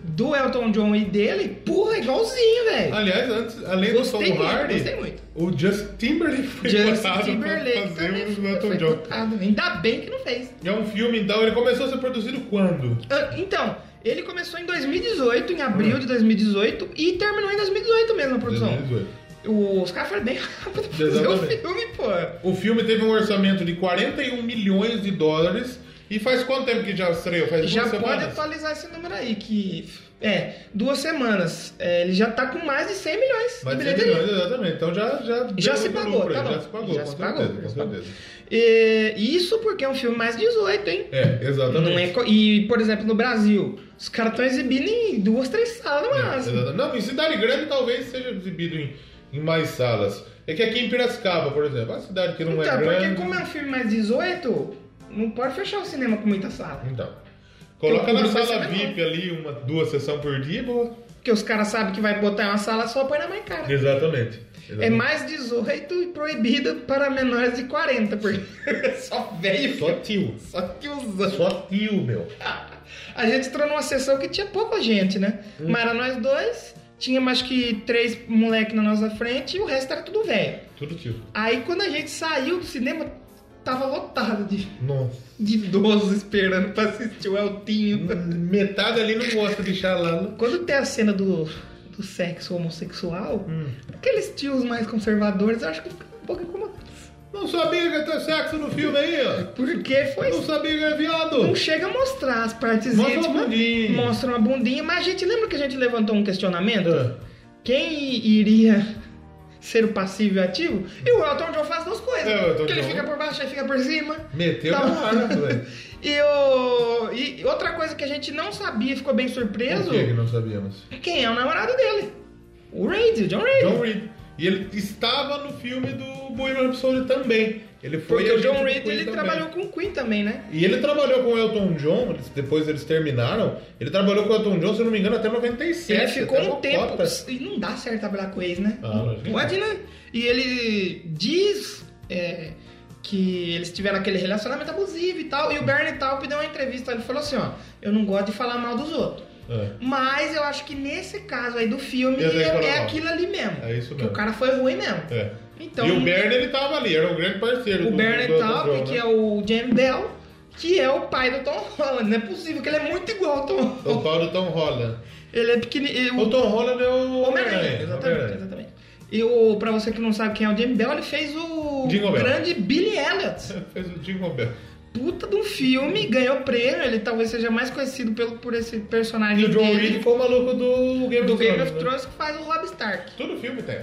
A: do Elton John e dele, porra, igualzinho, velho.
B: Aliás, antes, além do
A: Gostei
B: Tom
A: muito,
B: Hardy,
A: gostei muito.
B: o Justin Timberlake foi
A: Justin
B: cotado pra
A: Timberlake
B: fazer
A: também
B: o
A: foi-
B: Elton
A: foi
B: John.
A: cotado. Ainda bem que não fez.
B: É um filme, então, ele começou a ser produzido quando?
A: Ah, Então, ele começou em 2018, em abril de 2018, e terminou em 2018 mesmo a produção.
B: 2018.
A: Os caras foram bem rápido pra fazer o
B: Exatamente.
A: filme, pô.
B: O filme teve um orçamento de 41 milhões de dólares. E faz quanto tempo que já estreou? Faz
A: Já
B: duas
A: pode
B: semanas?
A: atualizar esse número aí, que É, duas semanas. É, ele já tá com mais de 100 milhões
B: Mas
A: de
B: tem
A: bilheteria.
B: milhões, exatamente. Então já já,
A: Já
B: deu
A: se
B: lucro
A: pagou,
B: pra
A: tá
B: ele,
A: bom.
B: Já se pagou,
A: Já
B: com
A: se pagou,
B: certeza,
A: já se
B: com
A: pagou.
B: certeza.
A: É, isso porque é um filme mais 18, hein?
B: É, exatamente.
A: Não é, co- e, por exemplo, no Brasil, os caras estão exibindo em duas, três salas no
B: É,
A: máximo.
B: exata- Não, em cidade grande talvez seja exibido em, em mais salas. É que aqui em Piracicaba, por exemplo, é uma cidade que não
A: Então,
B: é
A: porque
B: grande.
A: como é um filme mais 18, não pode fechar o cinema com muita sala.
B: Então. Coloca
A: Então,
B: na
A: não vai
B: sala
A: ser menor.
B: VIP ali uma, duas sessões por dia, boa.
A: Porque os caras sabem que vai botar uma sala só põe na mais cara.
B: Exatamente.
A: É mais 18 e proibido para menores de 40, porque só velho,
B: Só tio.
A: só tiozão.
B: Só tio, meu.
A: A gente entrou numa sessão que tinha pouca gente, né? Mas era nós dois, tinha mais que três moleques na nossa frente e o resto era tudo velho.
B: Tudo tio.
A: Aí quando a gente saiu do cinema, tava lotado de,
B: Nossa.
A: de idosos esperando pra assistir o Eltinho.
B: Metade ali não gosta de xalala.
A: Quando tem a cena do, do sexo homossexual, aqueles tios mais conservadores eu acho que ficam um pouco incomodados.
B: Não sabia que ia ter sexo no filme aí, ó.
A: Porque foi
B: Não sabia que era viado.
A: Não chega a mostrar as partes
B: Mostra uma
A: íntimas.
B: bundinha.
A: Mostra uma bundinha. Mas a gente lembra que a gente levantou um questionamento?
B: Ah.
A: Quem iria ser o passivo e o ativo? E o Elton John faz duas coisas.
B: É, o Elton
A: Porque ele
B: John.
A: fica por baixo, ele fica por cima.
B: Meteu
A: Tá
B: na
A: bom.
B: cara, velho.
A: E, o... e outra coisa que a gente não sabia, ficou bem surpreso,
B: Por que que não sabíamos?
A: quem é o namorado dele? O Reid, o John Reid.
B: John Reed. E ele estava no filme do Bohemian Rhapsody também. Ele foi
A: Porque o
B: agente
A: John
B: do
A: Reid
B: Queen
A: ele
B: também.
A: trabalhou com o Queen também, né?
B: E ele trabalhou com o Elton John, eles- depois eles terminaram. Ele trabalhou com o Elton John, se eu não me engano, até 97.
A: ele ficou
B: até
A: um
B: uma
A: tempo.
B: cota.
A: E não dá certo trabalhar com ex, né?
B: Ah,
A: não
B: imagina.
A: pode, né? E ele diz é, que eles tiveram aquele relacionamento abusivo e tal. E o Bernie Taupin deu uma entrevista. Ele falou assim: ó, eu não gosto de falar mal dos outros.
B: É.
A: Mas eu acho que nesse caso aí do filme
B: Eu tenho que
A: é,
B: falar
A: é
B: mal.
A: aquilo ali mesmo.
B: É isso
A: Que
B: mesmo.
A: o cara foi ruim mesmo.
B: É.
A: Então,
B: e o Bernie, ele tava ali, era um grande parceiro.
A: o
B: do-
A: Bernie
B: do Elton
A: Taupin,
B: John,
A: que
B: né?
A: é o Jamie Bell, que é o pai do Tom Holland. Não é possível que ele é muito igual ao Tom
B: O
A: Holland.
B: pau do Tom Holland.
A: Ele é pequenininho.
B: O Tom Holland é o
A: Homem-Aranha, exatamente,
B: Homem-Aranha.
A: exatamente. E o, pra você que não sabe quem é o Jamie Bell, ele fez o
B: Jingle Bell.
A: grande Billy Elliot.
B: Fez o Jingle Bell.
A: Puta de um filme, ganhou prêmio, ele talvez seja mais conhecido pelo, por esse personagem
B: E o John
A: dele,
B: Reed ficou o maluco do Game
A: do
B: of
A: Game
B: Thrones,
A: of
B: né?
A: Thrones que faz o Rob Stark.
B: Todo filme tem.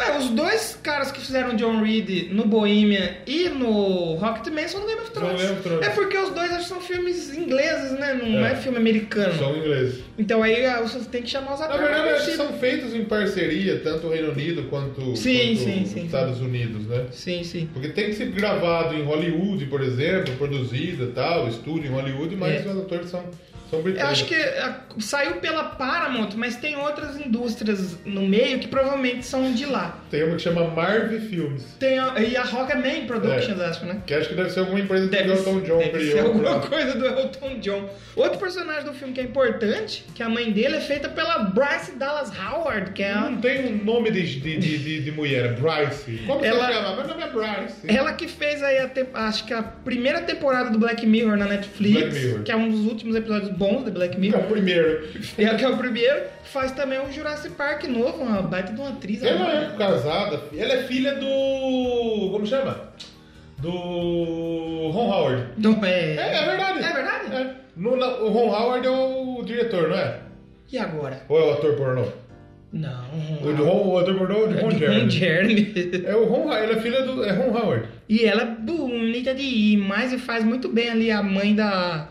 A: Ué, os dois caras que fizeram John Reed no Bohemian e no Rocket Man são do Game of
B: São
A: Thrones.
B: Game of Thrones.
A: É porque os dois acho que são filmes ingleses, né? Não
B: É.
A: é, filme americano.
B: São ingleses.
A: Então aí ah, você tem que chamar os
B: Na
A: atores.
B: verdade,
A: pra
B: eles
A: assistir.
B: são feitos em parceria, tanto o Reino Unido quanto,
A: Sim,
B: quanto
A: sim,
B: os
A: sim.
B: Estados Unidos, né?
A: Sim, sim.
B: Porque tem que ser gravado em Hollywood, por exemplo, produzida e tal, estúdio em Hollywood, mas
A: É.
B: os atores são, são britânicos.
A: Eu acho que ah, saiu pela Paramount, mas tem outras indústrias no meio que provavelmente são de lá.
B: Tem uma que chama Marvel Films,
A: Tem a, e a Rocketman Productions, acho, né?
B: que acho que É. deve ser alguma empresa que o Elton John
A: deve ser
B: criou.
A: alguma
B: pra-
A: coisa do Elton John. Outro personagem do filme que é importante, que a mãe dele é feita pela Bryce Dallas Howard, que é a-
B: Não tem um nome de, de, de, de- de mulher, é Bryce. Como
A: Ela-
B: você chama? Meu nome é Bryce.
A: ela que fez aí, a te- acho que a primeira temporada do Black Mirror na Netflix,
B: Black Mirror.
A: que é um dos últimos episódios bons do Black
B: É
A: Mirror.
B: o primeiro.
A: E ela que é o primeiro, faz também o Jurassic Park novo, uma baita de uma atriz.
B: Ela é casada, ela é filha do. Como chama? Do. Ron Howard.
A: Então, é...
B: É, é verdade.
A: É verdade?
B: É. No- na- o Ron Howard é o diretor, não é?
A: E agora?
B: Ou é o ator pornô?
A: Não.
B: O, de Ron, o ator pornô é o de Ron
A: Ron
B: Jeremy.
A: Jeremy.
B: É o Ron Howard, ele é filha do. É Ron Howard.
A: E ela é bonita de mais e faz muito bem ali a mãe da.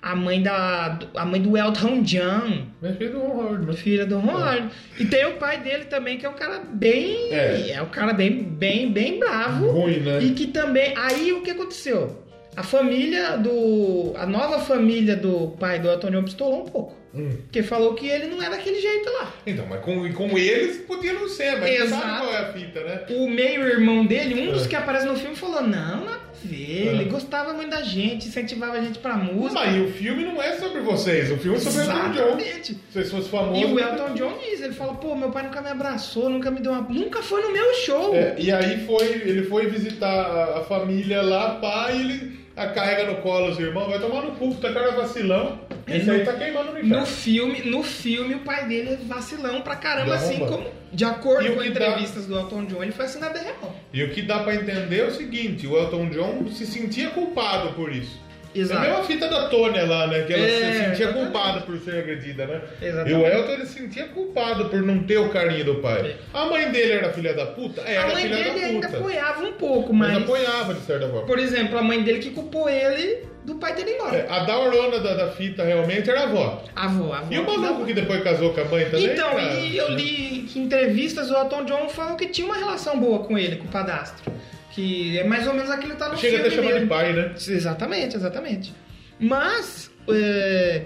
A: A mãe da. A mãe do Elton John,
B: Mas é filha do Ron Howard, mas.
A: filha do Ron. E tem o pai dele também, que é um cara bem.
B: É.
A: um cara bem, bem, bem bravo.
B: Ruim, né?
A: E que também. Aí o que aconteceu? A família do. A nova família do pai do Elton John pistolou um pouco.
B: Hum.
A: Porque falou que ele não é daquele jeito lá.
B: Então, mas com, e com eles podia não ser, mas
A: Exato.
B: sabe qual é a fita, né?
A: O meio-irmão dele, um dos
B: É.
A: que aparece no filme, falou: Não, nada a ver.
B: É.
A: Ele gostava muito da gente, incentivava a gente pra música.
B: Mas e o filme não é sobre vocês, o filme é sobre o Elton John.
A: Exatamente.
B: Se vocês fossem famosos.
A: E o Elton John diz: Ele fala, pô, meu pai nunca me abraçou, nunca me deu uma. Nunca foi no meu show.
B: É, e aí foi, ele foi visitar a, a família lá, pai, ele a carrega no colo os irmãos, vai tomar no cu, tá cara vacilão.
A: Ele
B: Isso
A: não-
B: aí tá queimando no
A: No
B: inferno.
A: filme, no filme, o pai dele é vacilão pra caramba,
B: Ele
A: assim
B: arromba.
A: como. De
B: E
A: acordo
B: o
A: com
B: que dá-
A: entrevistas do Elton John, ele foi assinado de real.
B: E o que dá pra entender é o seguinte, o Elton John se sentia culpado por isso. É a
A: Exato.
B: mesma fita da Tônia lá, né? Que ela se
A: É,
B: sentia
A: exatamente.
B: culpada por ser agredida, né?
A: Exatamente.
B: E o Elton, ele se sentia culpado por não ter o carinho do pai.
A: É.
B: A mãe dele era filha da puta? É,
A: a
B: era
A: mãe
B: filha
A: dele
B: da
A: ainda
B: puta.
A: apoiava um pouco,
B: mas...
A: mas.
B: apoiava, de certa forma.
A: Por exemplo, a mãe dele que culpou ele do pai ter ido embora.
B: É, A daorona da, da fita, realmente, era a avó.
A: Avô, avô.
B: E o maluco que depois casou com a mãe também?
A: Então,
B: era-
A: e eu li que em entrevistas, o Elton John falou que tinha uma relação boa com ele, com o padastro. Que é mais ou menos aquilo que tá no
B: Chega até
A: filme
B: chamar de
A: mesmo.
B: pai, né?
A: Exatamente, exatamente. Mas, é,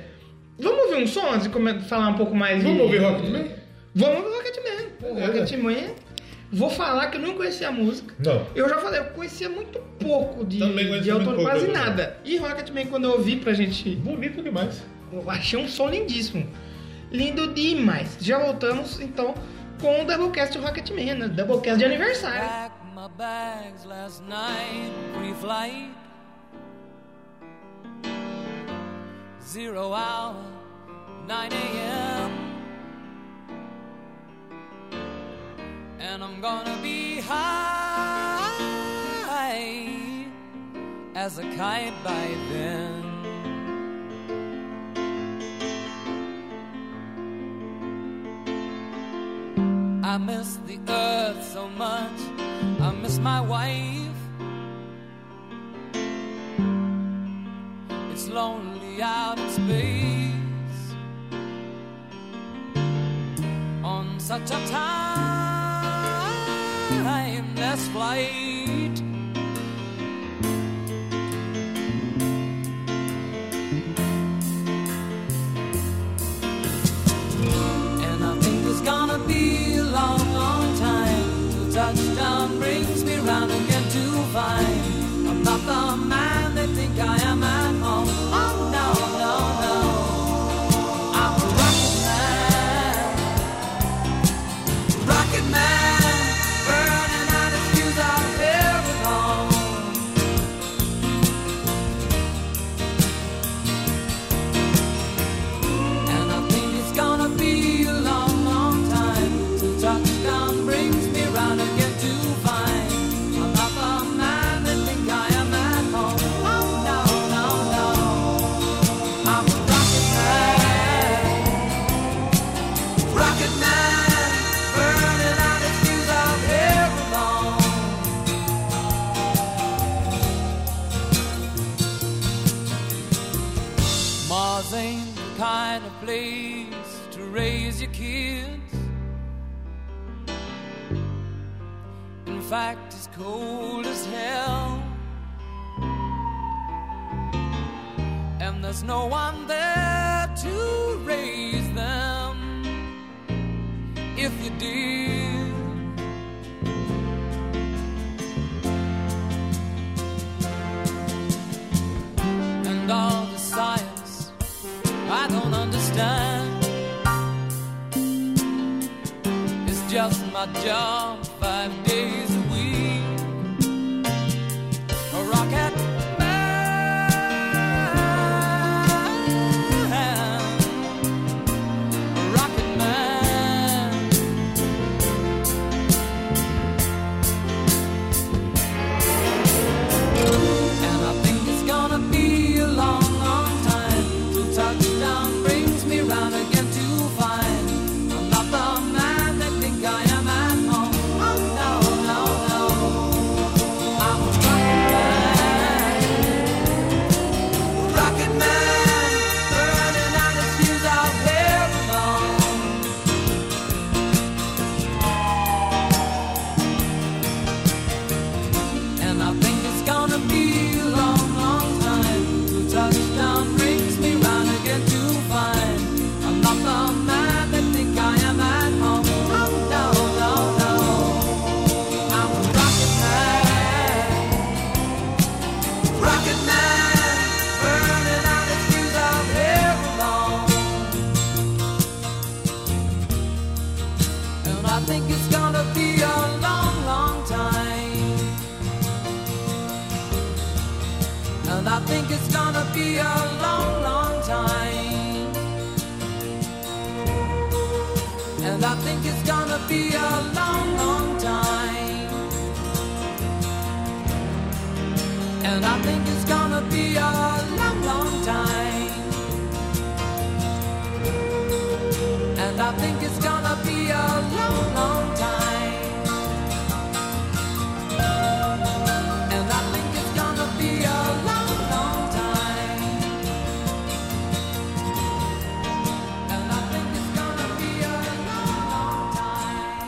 A: vamos ouvir um som antes de come- falar um pouco mais
B: Vamos
A: de...
B: ouvir Rocketman?
A: Vamos ouvir Rocketman. Pô,
B: Beleza.
A: Rocketman, vou falar que eu não conhecia a música.
B: Não.
A: Eu já falei, eu conhecia muito pouco de,
B: Também conhecia
A: de
B: muito
A: autor,
B: pouco,
A: quase
B: né?
A: nada. E Rocketman, quando eu ouvi pra gente
B: Bonito demais.
A: eu achei um som lindíssimo. Lindo demais. Já voltamos então com o Doublecast Rocketman, né? Doublecast de aniversário.
C: Packed my bags last night, pre flight. Zero hour, 9 a.m. And I'm gonna be high as a kite by then. I miss the earth so much. I miss my wife. It's lonely out in space on such a timeless flight. And I think it's gonna be a long, long time till touchdown brings me round again to find I'm not the man they think I am at home. Oh no, no, no. I'm a rocket man. Rocket man, burning out his fuse out here at home. And I think it's gonna be a long, long time till touchdown brings me round again to find I'm not the man they think I am at home. Oh no, no, no, I'm a rocket man, rocket man, burning out his fuse out here alone. Mars ain't the kind of place to raise your kids. In fact, it's cold as hell. And there's no one there to raise them. If you did, and all the science I don't understand. It's just my job five days a week. A rocket man, a rocket man. And I think it's gonna be a long, long time till touchdown brings me round again to find I'm not the man they think I am at home. Oh no, no, no. I'm a rocket man, rocket man, burning out his fuse out here alone. And I think it's gonna be a long, long time till touchdown brings me round again to find I'm not the man they think I am at home. Oh no, no, no. I'm a rocket man, rocket man, burning out his fuse out here alone. And I think it's gonna be a long, long time. And I think it's gonna be a long, long time. And I think it's gonna be a long, long time. And I think it's gonna be a long I think it's gonna be a long, long time. And I think it's gonna be a long, long time. And I think it's gonna be a long, long time.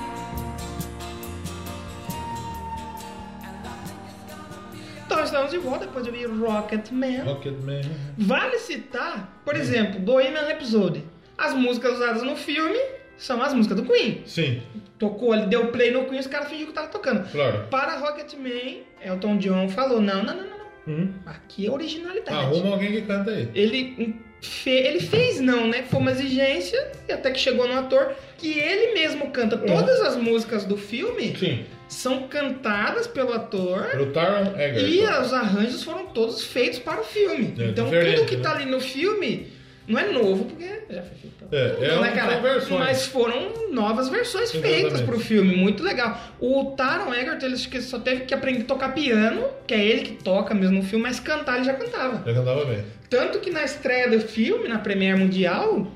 C: And I think it's gonna be a
A: Então estamos de volta depois de ouvir Rocket Man.
B: Rocketman.
A: Vale citar, por exemplo, Bohemian Rhapsody. As músicas usadas no filme são as músicas do Queen.
B: Sim,
A: Tocou ali, deu play no Queen, os caras fingiram que tava tocando.
B: claro.
A: Para Rocket Man, Elton John falou: não, não, não, não, não.
B: Hum.
A: Aqui é originalidade.
B: Tá, Arruma alguém que canta aí.
A: ele, fe- ele fez não, né? Foi uma exigência e até que chegou no ator que ele mesmo canta. Todas as músicas do filme
B: É. Sim,
A: são cantadas pelo ator
B: pelo Taron Egerton.
A: e os arranjos foram todos feitos para o filme.
B: É,
A: então
B: diferente,
A: tudo que
B: né?
A: tá ali no filme não é novo, porque já foi feito. pra-
B: É, é
A: Não, né,
B: um-
A: cara?
B: são versões.
A: Mas foram novas versões feitas
B: Exatamente.
A: pro filme, muito legal. O Taron Egerton, ele acho que só teve que aprender a tocar piano, que é ele que toca mesmo no filme, mas cantar ele já cantava.
B: Já cantava bem.
A: Tanto que na estreia do filme, na Premiere Mundial,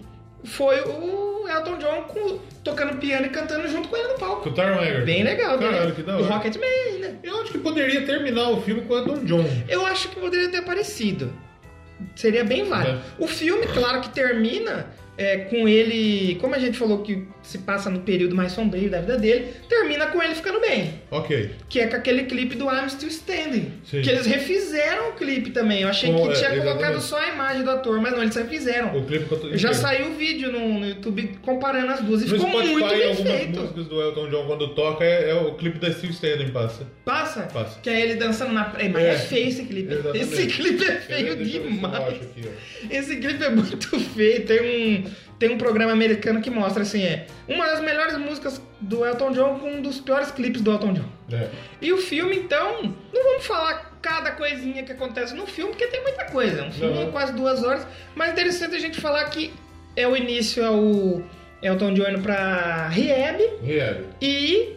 A: foi o Elton John com- tocando piano e cantando junto com ele no palco.
B: Com o Taron Egerton.
A: Bem legal,
B: Caralho,
A: né?
B: que da
A: O
B: hora.
A: Rocketman ainda.
B: Eu acho que poderia terminar o filme com o Elton John.
A: Eu acho que poderia ter aparecido. Seria bem válido.
B: Né?
A: O filme, claro que termina é, com ele. Como a gente falou que se passa no período mais sombrio da vida dele, termina com ele ficando bem.
B: Ok.
A: Que é com aquele clipe do I'm Still Standing.
B: Sim.
A: Que eles refizeram o clipe também. Eu achei
B: Com-
A: que
B: é,
A: tinha colocado
B: exatamente.
A: só a imagem do ator, mas não, eles refizeram.
B: O clipe cantou-
A: Já
B: inteiro.
A: saiu o vídeo no, no YouTube comparando as duas e
B: No
A: ficou muito
B: Spotify,
A: bem
B: algumas
A: feito.
B: músicas do Elton John, quando toca, é, é o clipe da Steve Standing, passa.
A: Passa,
B: Passa.
A: que é ele dançando na praia. Mas é,
B: É,
A: feio esse clipe.
B: exatamente.
A: Esse clipe é
B: Deixa eu
A: feio
B: ver se eu
A: demais.
B: acho aqui, ó.
A: Esse clipe é muito feio. Tem um, tem um programa americano que mostra assim: é uma das melhores músicas do Elton John com um dos piores clipes do Elton John.
B: É.
A: E o filme, então, não vamos falar cada coisinha que acontece no filme, porque tem muita coisa. Um filme
B: Não.
A: é quase duas horas, mas é interessante a gente falar que é o início, é o Elton John indo pra Rieb
B: Real.
A: e.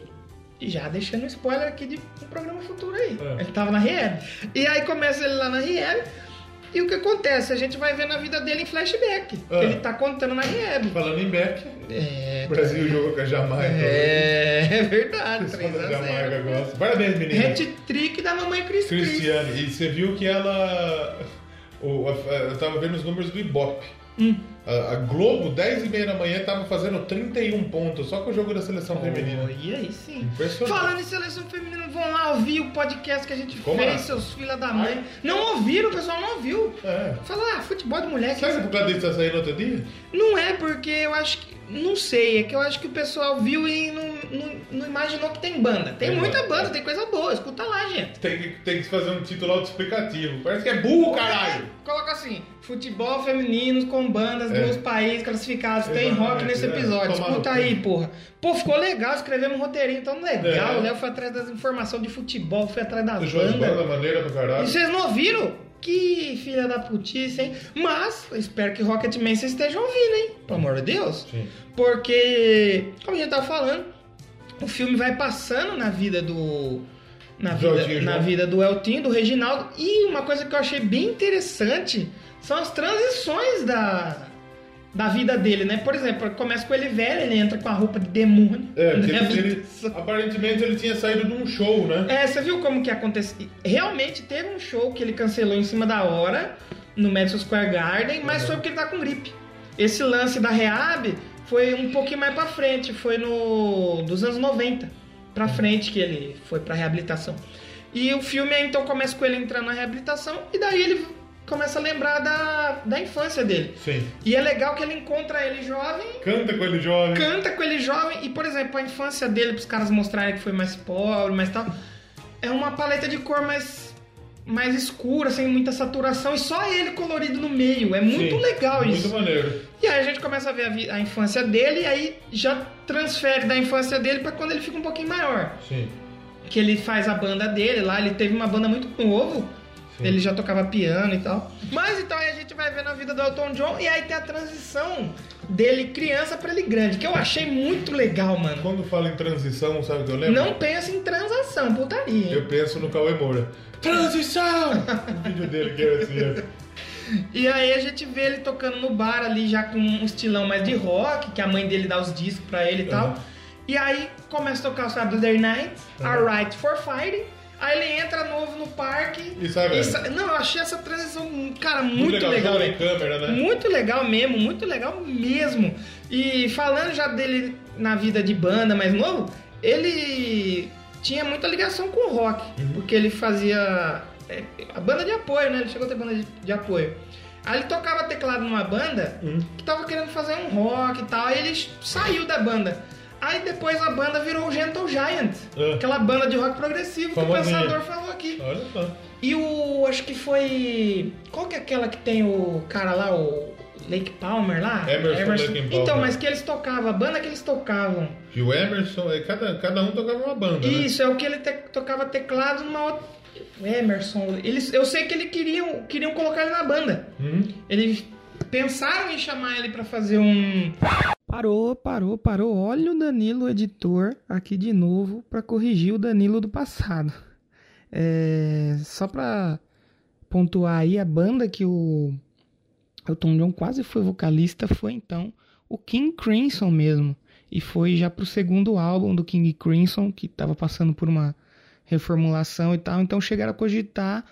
A: e Já deixando um spoiler aqui de um programa futuro aí.
B: É.
A: Ele tava na Rieb. E aí começa ele lá na Rieb. E o que acontece? A gente vai vendo a vida dele em flashback.
B: É.
A: Ele tá contando na Rieb.
B: Falando em Beck,
A: É.
B: o Brasil jogou com a Jamaica.
A: É, é verdade.
B: Pessoal
A: 3
B: da
A: a 0.
B: Jamaica gosta. Parabéns, menina.
A: Hat trick da mamãe Cris Cris.
B: Cristiane. E você viu que ela. o- a- eu tava vendo os números do Ibope.
A: Hum.
B: A, a Globo, 10 e meia da manhã, tava fazendo 31 pontos só com o jogo da seleção feminina.
A: Oh, e aí sim.
B: Impressionante.
A: Falando em seleção feminina, vão lá ouvir o podcast que a gente
B: Como
A: fez,
B: é?
A: seus filha da mãe. Não ouviram, o pessoal não ouviu.
B: É.
A: Fala, ah, futebol de mulher.
B: Será que é por causa disso tá saindo outro dia?
A: Não é porque eu acho que. Não sei, é que eu acho que o pessoal viu e não, não, não imaginou que tem banda. Tem
B: Tem
A: muita
B: banda. é.
A: banda, tem coisa boa, escuta lá, gente.
B: Tem que, tem que fazer um título autoexplicativo. Parece que é burro, caralho!
A: Coloca assim: futebol feminino com bandas
B: É.
A: dos países classificados. Tem
B: Exatamente,
A: rock nesse
B: é.
A: episódio.
B: Tomar
A: Escuta
B: no
A: aí,
B: cu.
A: porra. Pô, ficou legal. Escrevemos um roteirinho tão legal.
B: É.
A: O Léo foi atrás das informações de futebol, foi atrás das
B: O jogo de banda
A: bandas.
B: maneira pra
A: E
B: caralho.
A: vocês não ouviram? Que filha da putice, hein? Mas eu espero que Rocketman vocês estejam ouvindo, hein? Pelo amor de Deus.
B: Sim.
A: Porque, como a gente tava falando, o filme vai passando na vida do. Na
B: Do
A: vida,
B: Eltinho
A: na
B: João.
A: vida do Eltinho, do Reginaldo. E uma coisa que eu achei bem interessante são as transições da, da vida dele, né? Por exemplo, começa com ele velho, ele entra com a roupa de demônio.
B: É, porque
A: né?
B: ele- ele- aparentemente ele tinha saído de um show, né?
A: É, você viu como que aconteceu? Realmente teve um show que ele cancelou em cima da hora no Madison Square Garden, mas foi porque ele tá com gripe. Esse lance da Reab foi um pouquinho mais pra frente, foi no dos anos 90 pra frente que ele foi pra reabilitação. E o filme então começa com ele entrando na reabilitação e daí ele começa a lembrar da, da infância dele.
B: Sim.
A: E é legal que ele encontra ele jovem
B: Canta com ele jovem.
A: canta com ele jovem e, por exemplo, a infância dele, pros caras mostrarem que foi mais pobre, mais tal, é uma paleta de cor mais, mais escura, sem muita saturação, e só ele colorido no meio. É muito
B: Sim.
A: legal isso.
B: Muito maneiro.
A: E aí a gente começa a ver a, vi- a infância dele e aí já transfere da infância dele pra quando ele fica um pouquinho maior.
B: Sim.
A: Que ele faz a banda dele lá, ele teve uma banda muito novo.
B: Sim.
A: Ele já tocava piano e tal. Mas então aí a gente vai vendo a vida do Elton John e aí tem a transição dele criança pra ele grande, que eu achei muito legal, mano.
B: Quando fala em transição, sabe o que eu lembro?
A: Não pensa em transação, putaria. hein?
B: Eu penso no Cauê Moura. Transição! o vídeo dele que era assim. ó.
A: E aí a gente vê ele tocando no bar ali, já com um estilão mais de rock, que a mãe dele dá os discos pra ele e tal.
B: Aham.
A: E aí começa a tocar o Saturday Night,
B: Aham.
A: Alright for Fighting. Aí ele entra novo no parque.
B: E sai velho.
A: sa- Não, eu achei essa transição, cara, muito
B: legal,
A: legal.
B: jogo de
A: velho.
B: câmera, né?
A: Muito legal mesmo, muito legal mesmo. E falando já dele na vida de banda mais novo, ele tinha muita ligação com o rock,
B: Uhum.
A: porque ele fazia é, a banda de apoio, né? Ele chegou a ter banda de, de apoio. Aí ele tocava teclado numa banda
B: Uhum.
A: que tava querendo fazer um rock e tal, aí ele saiu da banda. Aí depois a banda virou o Gentle Giant,
B: É.
A: aquela banda de rock progressivo que o
B: Famosinha.
A: pensador falou aqui.
B: Olha só.
A: E o. Acho que foi. Qual que é aquela que tem o cara lá, o Lake Palmer lá?
B: Emerson Lake Palmer.
A: Então, mas que eles tocavam, a banda que eles tocavam.
B: E o Emerson, é, cada, cada um tocava uma banda, né?
A: Isso, é o que ele te- tocava teclado numa outra. Emerson. Eles, eu sei que eles queriam, queriam colocar ele na banda.
B: Hum.
A: Eles pensaram em chamar ele pra fazer um. Parou, parou, parou. Olha o Danilo, editor, aqui de novo pra corrigir o Danilo do passado. É, só pra pontuar aí, a banda que o Elton John quase foi vocalista foi então o King Crimson mesmo. E foi já pro segundo álbum do King Crimson, que tava passando por uma reformulação e tal. Então chegaram a cogitar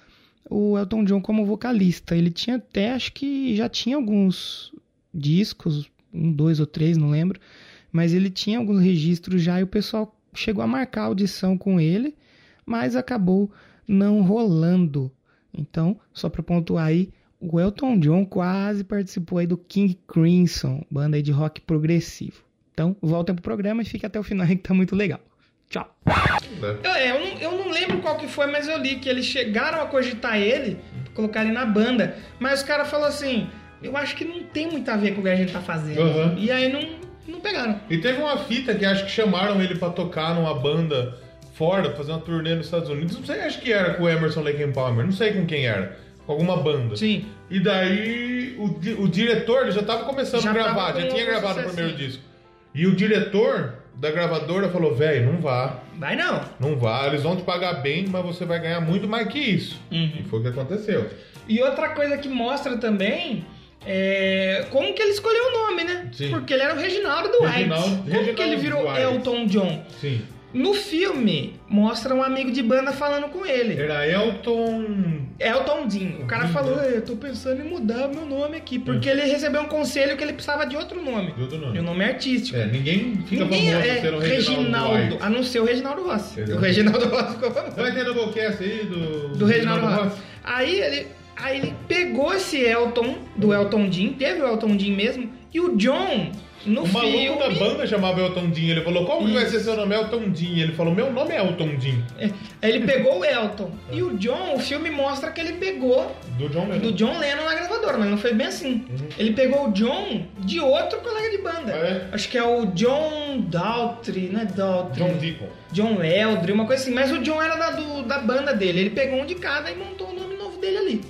A: o Elton John como vocalista. Ele tinha até, acho que já tinha alguns discos, um, dois ou três, não lembro. Mas ele tinha alguns registros já e o pessoal chegou a marcar a audição com ele, mas acabou não rolando. Então, só para pontuar aí, o Elton John quase participou aí do King Crimson, banda aí de rock progressivo. Então, voltem pro programa e fique até o final aí que tá muito legal. Tchau!
B: Né?
A: Eu, é, eu não, eu não lembro qual que foi, mas eu li que eles chegaram a cogitar ele, colocar ele na banda, mas os caras falaram assim, eu acho que não tem muito a ver com o que a gente tá fazendo.
B: Aham.
A: E aí não, não pegaram.
B: E teve uma fita que acho que chamaram ele pra tocar numa banda fora, fazer uma turnê nos Estados Unidos. Não sei, acho que era com o Emerson Lake and Palmer, não sei com quem era. Com alguma banda.
A: Sim.
B: E daí o, di- o diretor ele já tava começando
A: Já
B: a gravar,
A: tava com
B: já tinha
A: algum
B: gravado o primeiro
A: sucessinho.
B: disco. E o diretor da gravadora falou: velho, não vá,
A: Vai não.
B: não vá, eles vão te pagar bem, mas você vai ganhar muito mais que isso.
A: Uhum.
B: E foi o que aconteceu.
A: E outra coisa que mostra também é como que ele escolheu o nome, né?
B: Sim.
A: Porque ele era o Reginaldo Duarte.
B: Reginaldo-
A: como que ele
B: Reginaldo
A: virou
B: Duarte.
A: Elton John?
B: Sim.
A: No filme, mostra um amigo de banda falando com ele.
B: Era Elton.
A: Elton Dean. O cara falou, "É, eu tô pensando em mudar meu nome aqui, porque ele recebeu um conselho que ele precisava de outro nome.
B: De outro nome.
A: E o nome é artístico.
B: É, ninguém fica
A: Ninguém
B: famoso
A: é
B: sendo o
A: Reginaldo,
B: Reginaldo. Reginaldo.
A: a não ser o Reginaldo Rossi.
B: Entendeu?
A: O Reginaldo Rossi ficou famoso.
B: Vai ter Doublecast aí do.
A: Do Reginaldo Rossi. Aí ele, aí ele pegou esse Elton, do Elton Dean, teve o Elton Dean mesmo, e o John, no
B: O
A: filme...
B: maluco da banda chamava Elton Dean. Ele falou: Qual que vai ser seu nome? Elton Dean. Ele falou: Meu nome é Elton Dean.
A: é, Ele pegou o Elton. E o John, o filme mostra que ele pegou
B: Do John Lennon.
A: do John Lennon na gravadora, mas não foi bem assim. Ele pegou o John de outro colega de banda.
B: É.
A: Acho que é o John Daltrey, não é Daltrey?
B: John Deacon.
A: John Eldry, uma coisa assim. Mas o John era da, do- da banda dele. Ele pegou um de cada e montou o nome novo dele ali.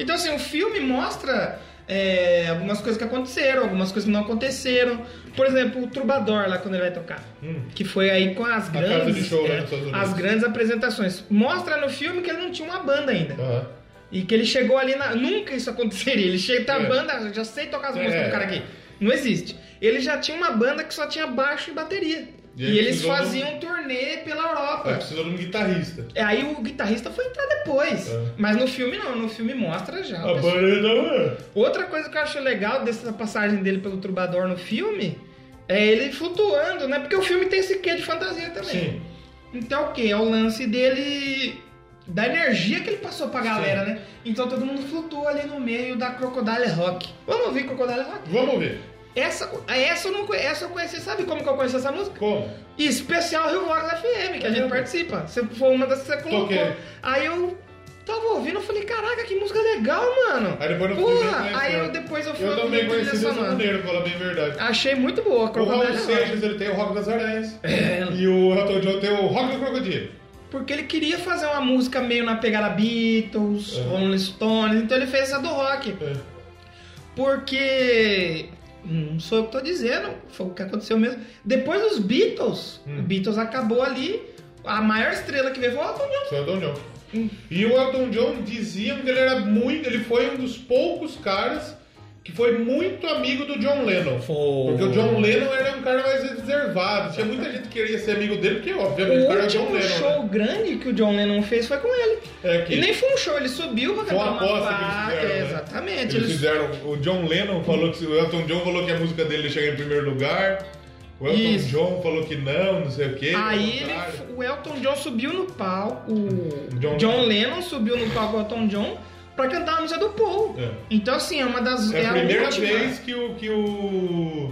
A: Então, assim, o filme mostra é, algumas coisas que aconteceram, algumas coisas que não aconteceram. Por exemplo, o Trubador lá quando ele vai tocar.
B: Hum.
A: Que foi aí com as
B: A casa
A: grandes.
B: de show lá
A: é,
B: nos Estados Unidos.
A: as grandes apresentações. Mostra no filme que ele não tinha uma banda ainda.
B: Aham.
A: E que ele chegou ali na. Nunca isso aconteceria. Ele chega tá a
B: É.
A: banda, já sei tocar as músicas
B: É.
A: do cara aqui. Não existe. Ele já tinha uma banda que só tinha baixo e bateria.
B: E
A: E,
B: aí
A: eles
B: precisou
A: faziam turnê pela
B: Ah,
A: Europa.
B: precisou de um guitarrista.
A: É. Aí o guitarrista foi entrar depois.
B: É.
A: Mas no filme não, no filme mostra já.
B: A
A: o Ah, pessoal.
B: banda da
A: Outra coisa que eu acho legal dessa passagem dele pelo Trubador no filme é ele flutuando, né? Porque o filme tem esse quê de fantasia também.
B: Sim.
A: Então o que? É o lance dele. Da energia que ele passou pra galera,
B: Sim.
A: né? Então todo mundo flutua ali no meio da Crocodile Rock. Vamos ouvir Crocodile Rock?
B: Vamos ver.
A: Essa, essa, eu não, conhe- essa eu conheci, sabe como que eu conheci essa música?
B: Como?
A: E especial Rio Vox FM, que a gente participa. Você foi uma das que você colocou.
B: Toquei.
A: Aí eu tava ouvindo, eu falei, caraca, que música legal, mano.
B: Aí depois eu fui ver,
A: Porra,
B: conheceu.
A: aí eu depois eu fui
B: é. Eu
A: ouvir
B: também
A: a
B: conheci
A: trilha
B: dessa
A: sonora. É,
B: maneira, pra falar bem a verdade.
A: Achei muito boa a
B: O
A: Crocodile
B: Raul
A: Rock.
B: Seixas, ele tem o Rock das Aranhas.
A: É.
B: E o Elton John tem o Rock do Crocodilo.
A: Porque ele queria fazer uma música meio na pegada Beatles,
B: É.
A: Rolling Stones, então ele fez essa do rock.
B: É.
A: Porque. hum, Não sou eu que tô dizendo, foi o que aconteceu mesmo. Depois dos Beatles,
B: Hum.
A: o Beatles acabou ali, a maior estrela que veio foi o Elton John.
B: Só Elton John. E o Elton John diziam que ele era muito. Ele foi um dos poucos caras que foi muito amigo do John Lennon.
D: Foi.
B: Porque o John Lennon era um cara mais reservado. Tinha muita gente que queria ser amigo dele, porque, obviamente, o
A: O
B: cara era John
A: último
B: Lennon. né?
A: show grande que o John Lennon fez foi com ele.
B: É que-
A: E nem foi um show, ele subiu pra
B: Foi
A: cantar
B: uma
A: uma
B: aposta que eles
A: placa,
B: fizeram. né?
A: Exatamente.
B: Eles,
A: Eles-
B: fizeram. O John Lennon falou que. O Elton John falou que a música dele chega em primeiro lugar. O Elton
A: Isso.
B: John falou que não, não sei o quê.
A: Aí
B: ao
A: ele,
B: contrário.
A: o Elton John subiu no palco, o
B: John
A: John, Lennon subiu no palco com o Elton John pra cantar a música do Paul.
B: É.
A: Então assim, é uma das
B: É a primeira
A: última.
B: vez que o, que o.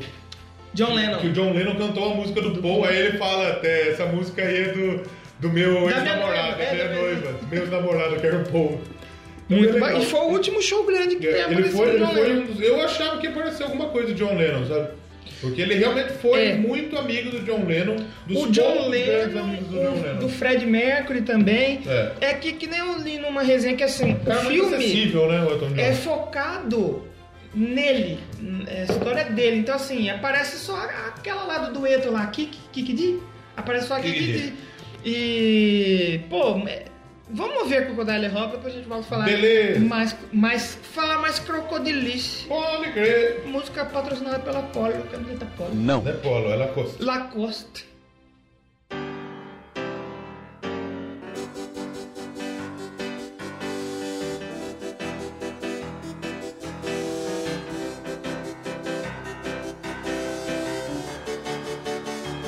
A: John Lennon.
B: Que o John Lennon cantou a música do Paul, aí ele fala até, essa música aí é do, do meu
A: Da minha
B: ex-namorado,
A: noiva,
B: da
A: é,
B: minha
A: da minha
B: noiva, do meu namorado, que era o Paul. Então,
A: Muito
B: é
A: ba-
B: legal. É,
A: E foi o último show grande que tem
B: Ele
A: aparecido
B: foi,
A: o
B: ele
A: John
B: foi
A: Lennon.
B: um dos. Eu achava que apareceu alguma coisa do John Lennon, sabe? Porque ele realmente foi
A: É.
B: muito amigo do John Lennon, um dos
A: O John
B: poucos grandes
A: Lennon,
B: amigos do John
A: o-
B: Lennon.
A: do Fred Mercury também.
B: É.
A: É, que, que nem eu li numa resenha que assim,
B: O cara
A: o
B: é muito
A: filme
B: acessível, né, o Elton John?
A: é focado nele, é a história dele. Então, assim, aparece só a- aquela lá do dueto lá, Kiki, Kiki Di. Aparece só a Kiki
B: Kiki
A: Di. E, pô, é- vamos ver Crocodile Rock, depois a gente volta falar
B: Beleza.
A: mais, mais, falar mais crocodilice.
B: Pode crer.
A: Música patrocinada pela Polo, camiseta Polo.
B: Não é Polo, ela costa.
A: Lacoste.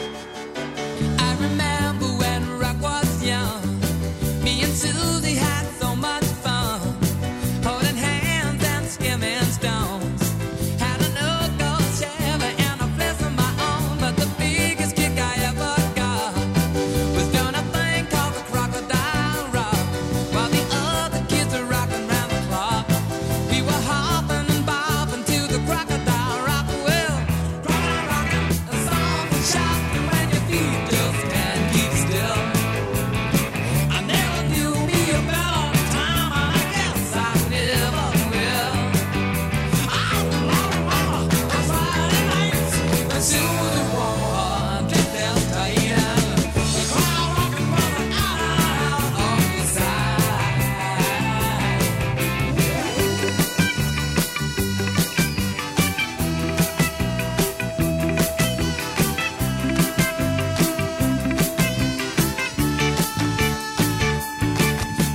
C: I remember when rock was young. Me and Susie had so much fun, holding hands and skimming stones. Had an old gold Chevy and a place of my own, but the biggest kick I ever got was doing a thing called the crocodile rock, while the other kids were rocking 'round the clock. We were hopping and bopping to the crocodile rock. Well, crocodile rockin' and soft and sharp, and when your feet just can't keep still. I never knew me a better time, and I guess I never will. Oh, oh, oh, those Friday nights, the children wore dressed tight and the crowd rockin' wasn't out of your sight.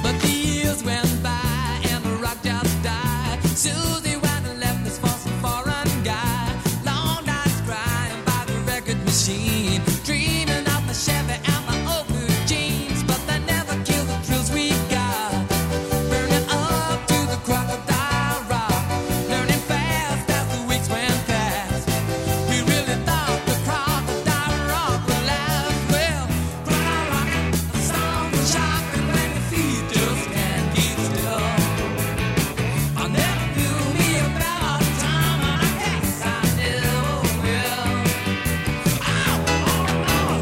C: But the years went by and the rock just died. Susie went and left us for some foreign guy. Long nights crying by the record machine, dreaming of my Chevy and my old blue jeans. But they never killed the thrills we got. Burning up to the crocodile rock, learning fast as the weeks went past. We really thought the crocodile rock would last. Well, crocodile rockin', a song was shocking when your feet just can't keep still. I never knew me about time, and I guess I never will. Oh, oh, oh,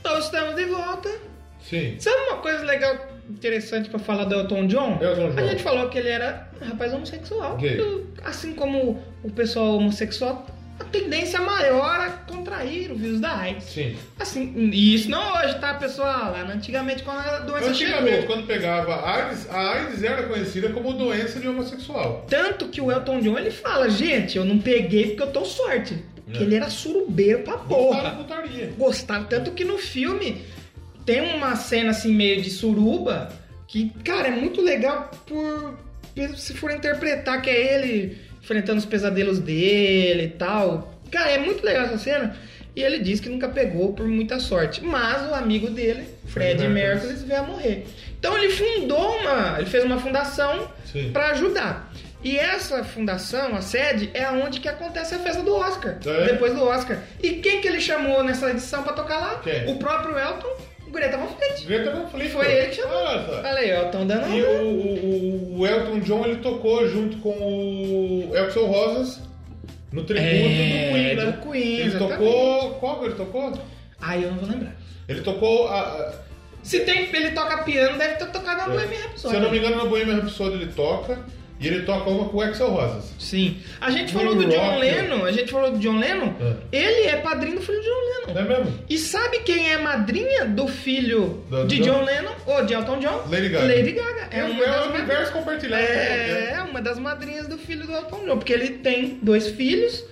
A: Então estamos de volta.
B: Sim.
A: Sabe uma coisa legal, interessante pra falar do Elton John?
B: Elton John.
A: A gente falou que ele era um rapaz homossexual.
B: Gay.
A: Eu- Assim como o pessoal homossexual, a tendência maior é contrair o vírus da AIDS.
B: Sim.
A: Assim, e isso não hoje, tá, pessoal? Lá antigamente, quando a doença
B: Antigamente,
A: chegou.
B: quando pegava a AIDS, a AIDS era conhecida como doença de homossexual.
A: Tanto que o Elton John, ele fala, gente, eu não peguei porque eu tô sorte. Porque
B: É.
A: ele era surubeiro pra porra.
B: Gostava de putaria.
A: gostava. Tanto que no filme tem uma cena assim meio de suruba que, cara, é muito legal por se for interpretar que é ele enfrentando os pesadelos dele e tal. Cara, é muito legal essa cena. E ele diz que nunca pegou por muita sorte. Mas o amigo dele,
B: Fred
A: Fred
B: Mercury.
A: Mercury, veio a morrer. Então ele fundou uma. Ele fez uma fundação
B: Sim.
A: para ajudar. E essa fundação, a sede, é onde que acontece a festa do Oscar.
B: É?
A: Depois do Oscar. E quem que ele chamou nessa edição pra tocar lá?
B: Quem?
A: O próprio Elton, o Greta Van Fleet.
B: Greta Van Fleet.
A: Foi ele que chamou.
B: é um Olha só.
A: Olha aí, Elton dando um
B: E o, o- o Elton John ele tocou junto com o Elton Rosas no tributo
A: É,
B: do Queen, né?
A: do Queen,
B: ele
A: exatamente.
B: tocou. Qual que ele tocou?
A: Aí eu não vou lembrar.
B: Ele tocou. a- a-
A: Se tem, ele toca piano, deve ter tocado na Bohemian
B: É. se
A: Rhapsody.
B: eu não me engano, na Bohemian Rhapsody ele toca. E ele toca uma com o Axel Rosas.
A: Sim. A gente falou do
B: Will
A: John
B: Rocker.
A: Lennon. A gente falou do John Lennon.
B: É.
A: Ele é padrinho do filho de John Lennon.
B: Não é mesmo?
A: E sabe quem é a madrinha do filho
B: Do-
A: de
B: do-
A: John Lennon? Ou de Elton John?
B: Lady Gaga.
A: Lady Gaga. É,
B: É
A: uma das
B: um
A: madrinhas.
B: universo compartilhado.
A: É, é uma das madrinhas do filho do Elton John, porque ele tem dois filhos,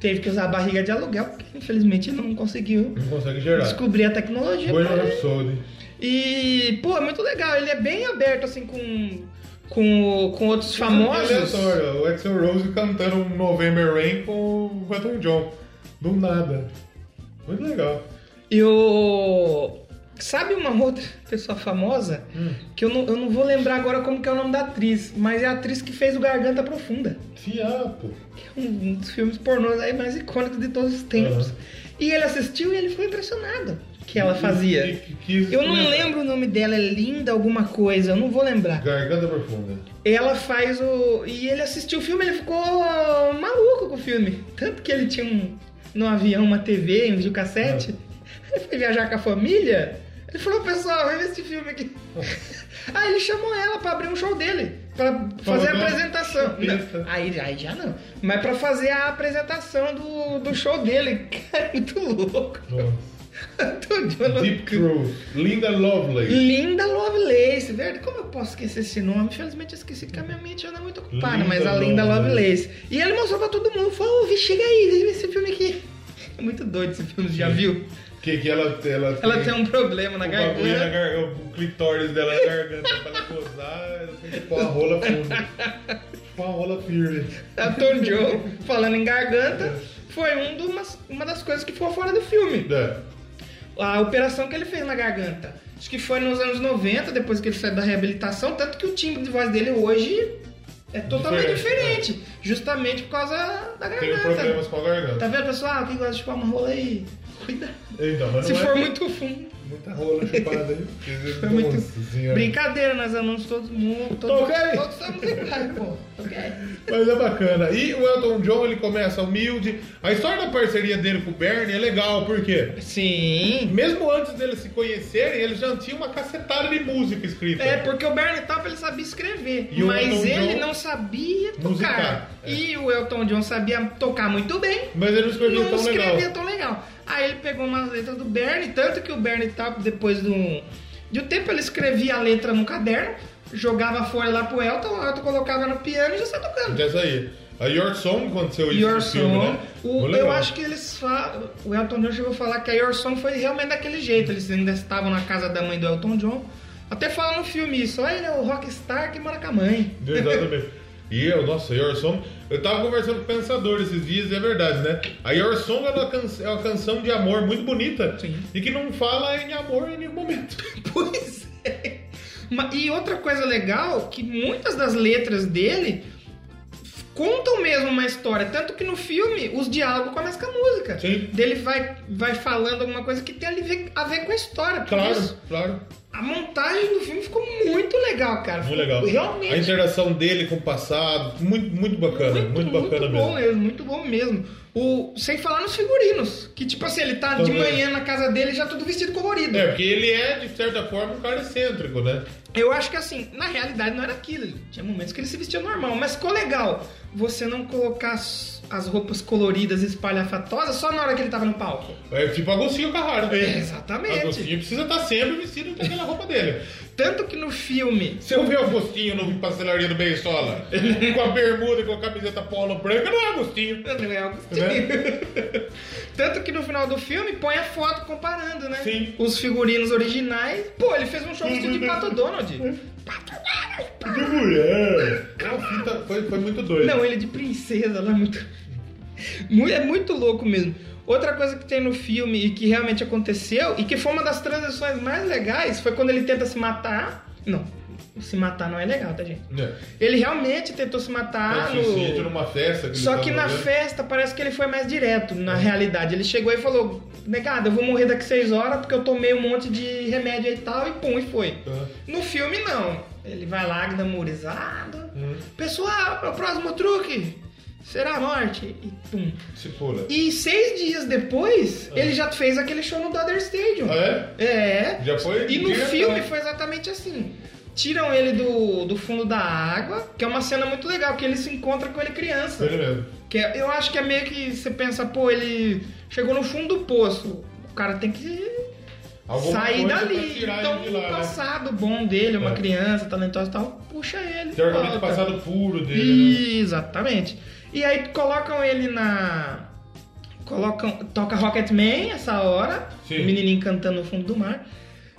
A: teve que usar a barriga de aluguel, porque infelizmente não conseguiu
B: Não consegue gerar.
A: descobrir a tecnologia.
B: Bohemian
A: pra ele.
B: Rhapsody.
A: E, pô, é muito legal, ele é bem aberto assim com, com, com outros famosos.
B: é Aleatório, O Axel Rose cantando um November Rain com o Elton John. Do nada. Muito legal.
A: E o. Sabe uma outra pessoa famosa?
B: Hum.
A: Que eu não, eu não vou lembrar agora como que é o nome da atriz, mas é a atriz que fez o Garganta Profunda.
B: Fiapo.
A: um dos filmes pornôs aí mais icônicos de todos os tempos.
B: Uhum.
A: E ele assistiu e ele foi impressionado que ela fazia.
B: Que- que- que-
A: Eu não lembro o nome dela, é linda alguma coisa, eu não vou lembrar.
B: Garganta Profunda.
A: Ela faz o. E ele assistiu o filme, ele ficou maluco com o filme. Tanto que ele tinha um. No avião, uma TV, um videocassete. Ele foi viajar com a família. Ele falou, pessoal, vai ver esse filme aqui. aí ele chamou ela pra abrir um show dele. Pra fazer a
B: Falou,
A: apresentação.
B: "Isso."
A: Não, aí, aí já não. Mas pra fazer a apresentação do, do show dele. Cara, muito louco.
B: Nossa.
A: Tudo louco.
B: Deep Truth. Linda Lovelace.
A: Linda Lovelace, verdade? Como eu posso esquecer esse nome? Infelizmente eu esqueci porque a minha mente anda muito ocupada,
B: Linda
A: mas a Linda
B: Lovelace.
A: Lovelace. E ele mostrou pra todo mundo, falou, ouvi, chega aí, deixa eu ver esse filme aqui. É muito doido esse filme, você já viu?
B: Que, que ela, ela,
A: Ela tem um problema na
B: um bagulho na
A: garganta. né?
B: gar- O clitóris dela na garganta pra ela gozar. ela tem que pôr a rola funda. Pôr a rola firme.
A: A tá Tom Joe, falando em garganta, foi um do- umas- uma das coisas que ficou fora do filme.
B: É.
A: a operação que ele fez na garganta. Acho que foi nos anos 90, depois que ele saiu da reabilitação, tanto que o timbre de voz dele hoje é totalmente
B: Diferente,
A: diferente, justamente por causa da garganta.
B: Tem um problemas com a
A: Tá
B: garganta.
A: vendo, pessoal? Quem gosta de chupar uma rola aí? Cuidado.
B: Então, mas
A: Se
B: não
A: for
B: é
A: muito fundo.
B: muita rola chupada aí. porque-
A: Foi É muito.
B: Nossa senhora.
A: Brincadeira, nós amamos todo mundo. Todos,
B: Ok.
A: todos estamos iguais, pô. Ok.
B: Mas é bacana. E o Elton John, ele começa humilde. A história da parceria dele com o Bernie é legal, por quê?
A: Sim.
B: Mesmo antes deles se conhecerem, eles já tinham uma cacetada de música escrita.
A: É, porque o Bernie Taupin ele sabia escrever,
B: E o
A: mas
B: Elton
A: ele
B: John-
A: não sabia tocar.
B: Musicar, é.
A: E o Elton John sabia tocar muito bem,
B: Mas ele não escrevia
A: não
B: tão
A: escrevia
B: legal.
A: tão legal. Aí ele pegou umas letras do Bernie, tanto que o Bernie Taupin, depois do, de um tempo, ele escrevia a letra no caderno, jogava a folha lá pro Elton, o Elton colocava no piano e já saia tocando.
B: Dessa aí. A Your Song aconteceu isso
A: Your
B: no filme,
A: Song.
B: né?
A: O-
B: Muito
A: eu
B: legal.
A: acho que eles falam. O Elton John chegou a falar que a Your Song foi realmente daquele jeito. Eles ainda estavam na casa da mãe do Elton John. Até falam no filme isso. Olha, ele é o rockstar que mora com a mãe.
B: Exatamente. E eu, nossa, Your Song. Eu tava conversando com o pensador esses dias, e é verdade, né? A Your Song é uma, can- é uma canção de amor muito bonita
A: Sim.
B: e que não fala em amor em nenhum momento.
A: Pois é. Ma- E outra coisa legal, que muitas das letras dele f- contam mesmo uma história. Tanto que no filme, os diálogos começam com a música.
B: Sim.
A: Dele vai, vai falando alguma coisa que tem a ver, a ver com a história. Por
B: Claro,
A: isso,
B: claro.
A: a A montagem do filme ficou muito legal, cara.
B: Muito legal.
A: Realmente.
B: A interação dele com o passado, muito, muito bacana, muito, bacana
A: muito
B: mesmo.
A: bom mesmo, muito bom mesmo. O, sem falar nos figurinos, que tipo assim, ele tá de
B: Também.
A: manhã na casa dele já tudo vestido colorido.
B: É, porque ele é, de certa forma, um cara excêntrico, né?
A: Eu acho que assim, na realidade não era aquilo. Tinha momentos que ele se vestia normal, mas ficou legal você não colocar as, as roupas coloridas espalhafatosas só na hora que ele tava no palco.
B: É tipo Agostinho Carraro.
A: É, exatamente.
B: Agostinho precisa estar sempre vestido com aquela roupa dele.
A: Tanto que no filme.
B: Se eu ver Agostinho no pastelaria do Beisola, com a bermuda e com a camiseta polo branca, não é Agostinho.
A: Não é algo
B: Tá
A: assim. Tanto que no final do filme põe a foto comparando, né?
B: Sim.
A: Os figurinos originais. Pô, ele fez um show vestido de Pato Donald. Pato Donald!
B: Que mulher! Não, É fita, foi, foi muito doido.
A: Não, ele de princesa, ela é muito... mu- É muito louco mesmo. Outra coisa que tem no filme e que realmente aconteceu, e que foi uma das transições mais legais, foi quando ele tenta se matar. Não, se matar não é legal, tá, gente?
B: É.
A: Ele realmente tentou se matar
B: É
A: no...
B: suicídio numa festa. ele tá
A: Só
B: tava
A: que na
B: fazendo.
A: festa parece que ele foi mais direto, na realidade. Ele chegou e falou, negado, eu vou morrer daqui seis horas porque eu tomei um monte de remédio aí e tal, e pum, e foi.
B: Tá.
A: No filme, não. Ele vai lá, glamourizado.
B: Hum.
A: Pessoal, é o próximo truque será a morte. E pum.
B: Se pula.
A: E seis dias depois, ele já fez aquele show no Daughter Stadium.
B: Ah, é?
A: É.
B: Já foi né?
A: E no
B: diretão.
A: filme foi exatamente assim. Tiram ele do, do fundo da água, que é uma cena muito legal, que ele se encontra com ele criança.
B: Foi ele mesmo.
A: Que é- eu acho que é meio que você pensa, pô, ele chegou no fundo do poço. O cara tem que
B: Alguma
A: sair
B: coisa pra
A: dali.
B: tirar ele
A: Então,
B: de lá,
A: o
B: né?
A: passado bom dele, uma
B: É.
A: criança talentosa e tal, puxa ele.
B: Teoricamente
A: volta.
B: passado puro dele, né?
A: Exatamente. E aí colocam ele na. Colocam. Toca Rocketman essa hora.
B: Sim.
A: O menininho cantando no fundo do mar.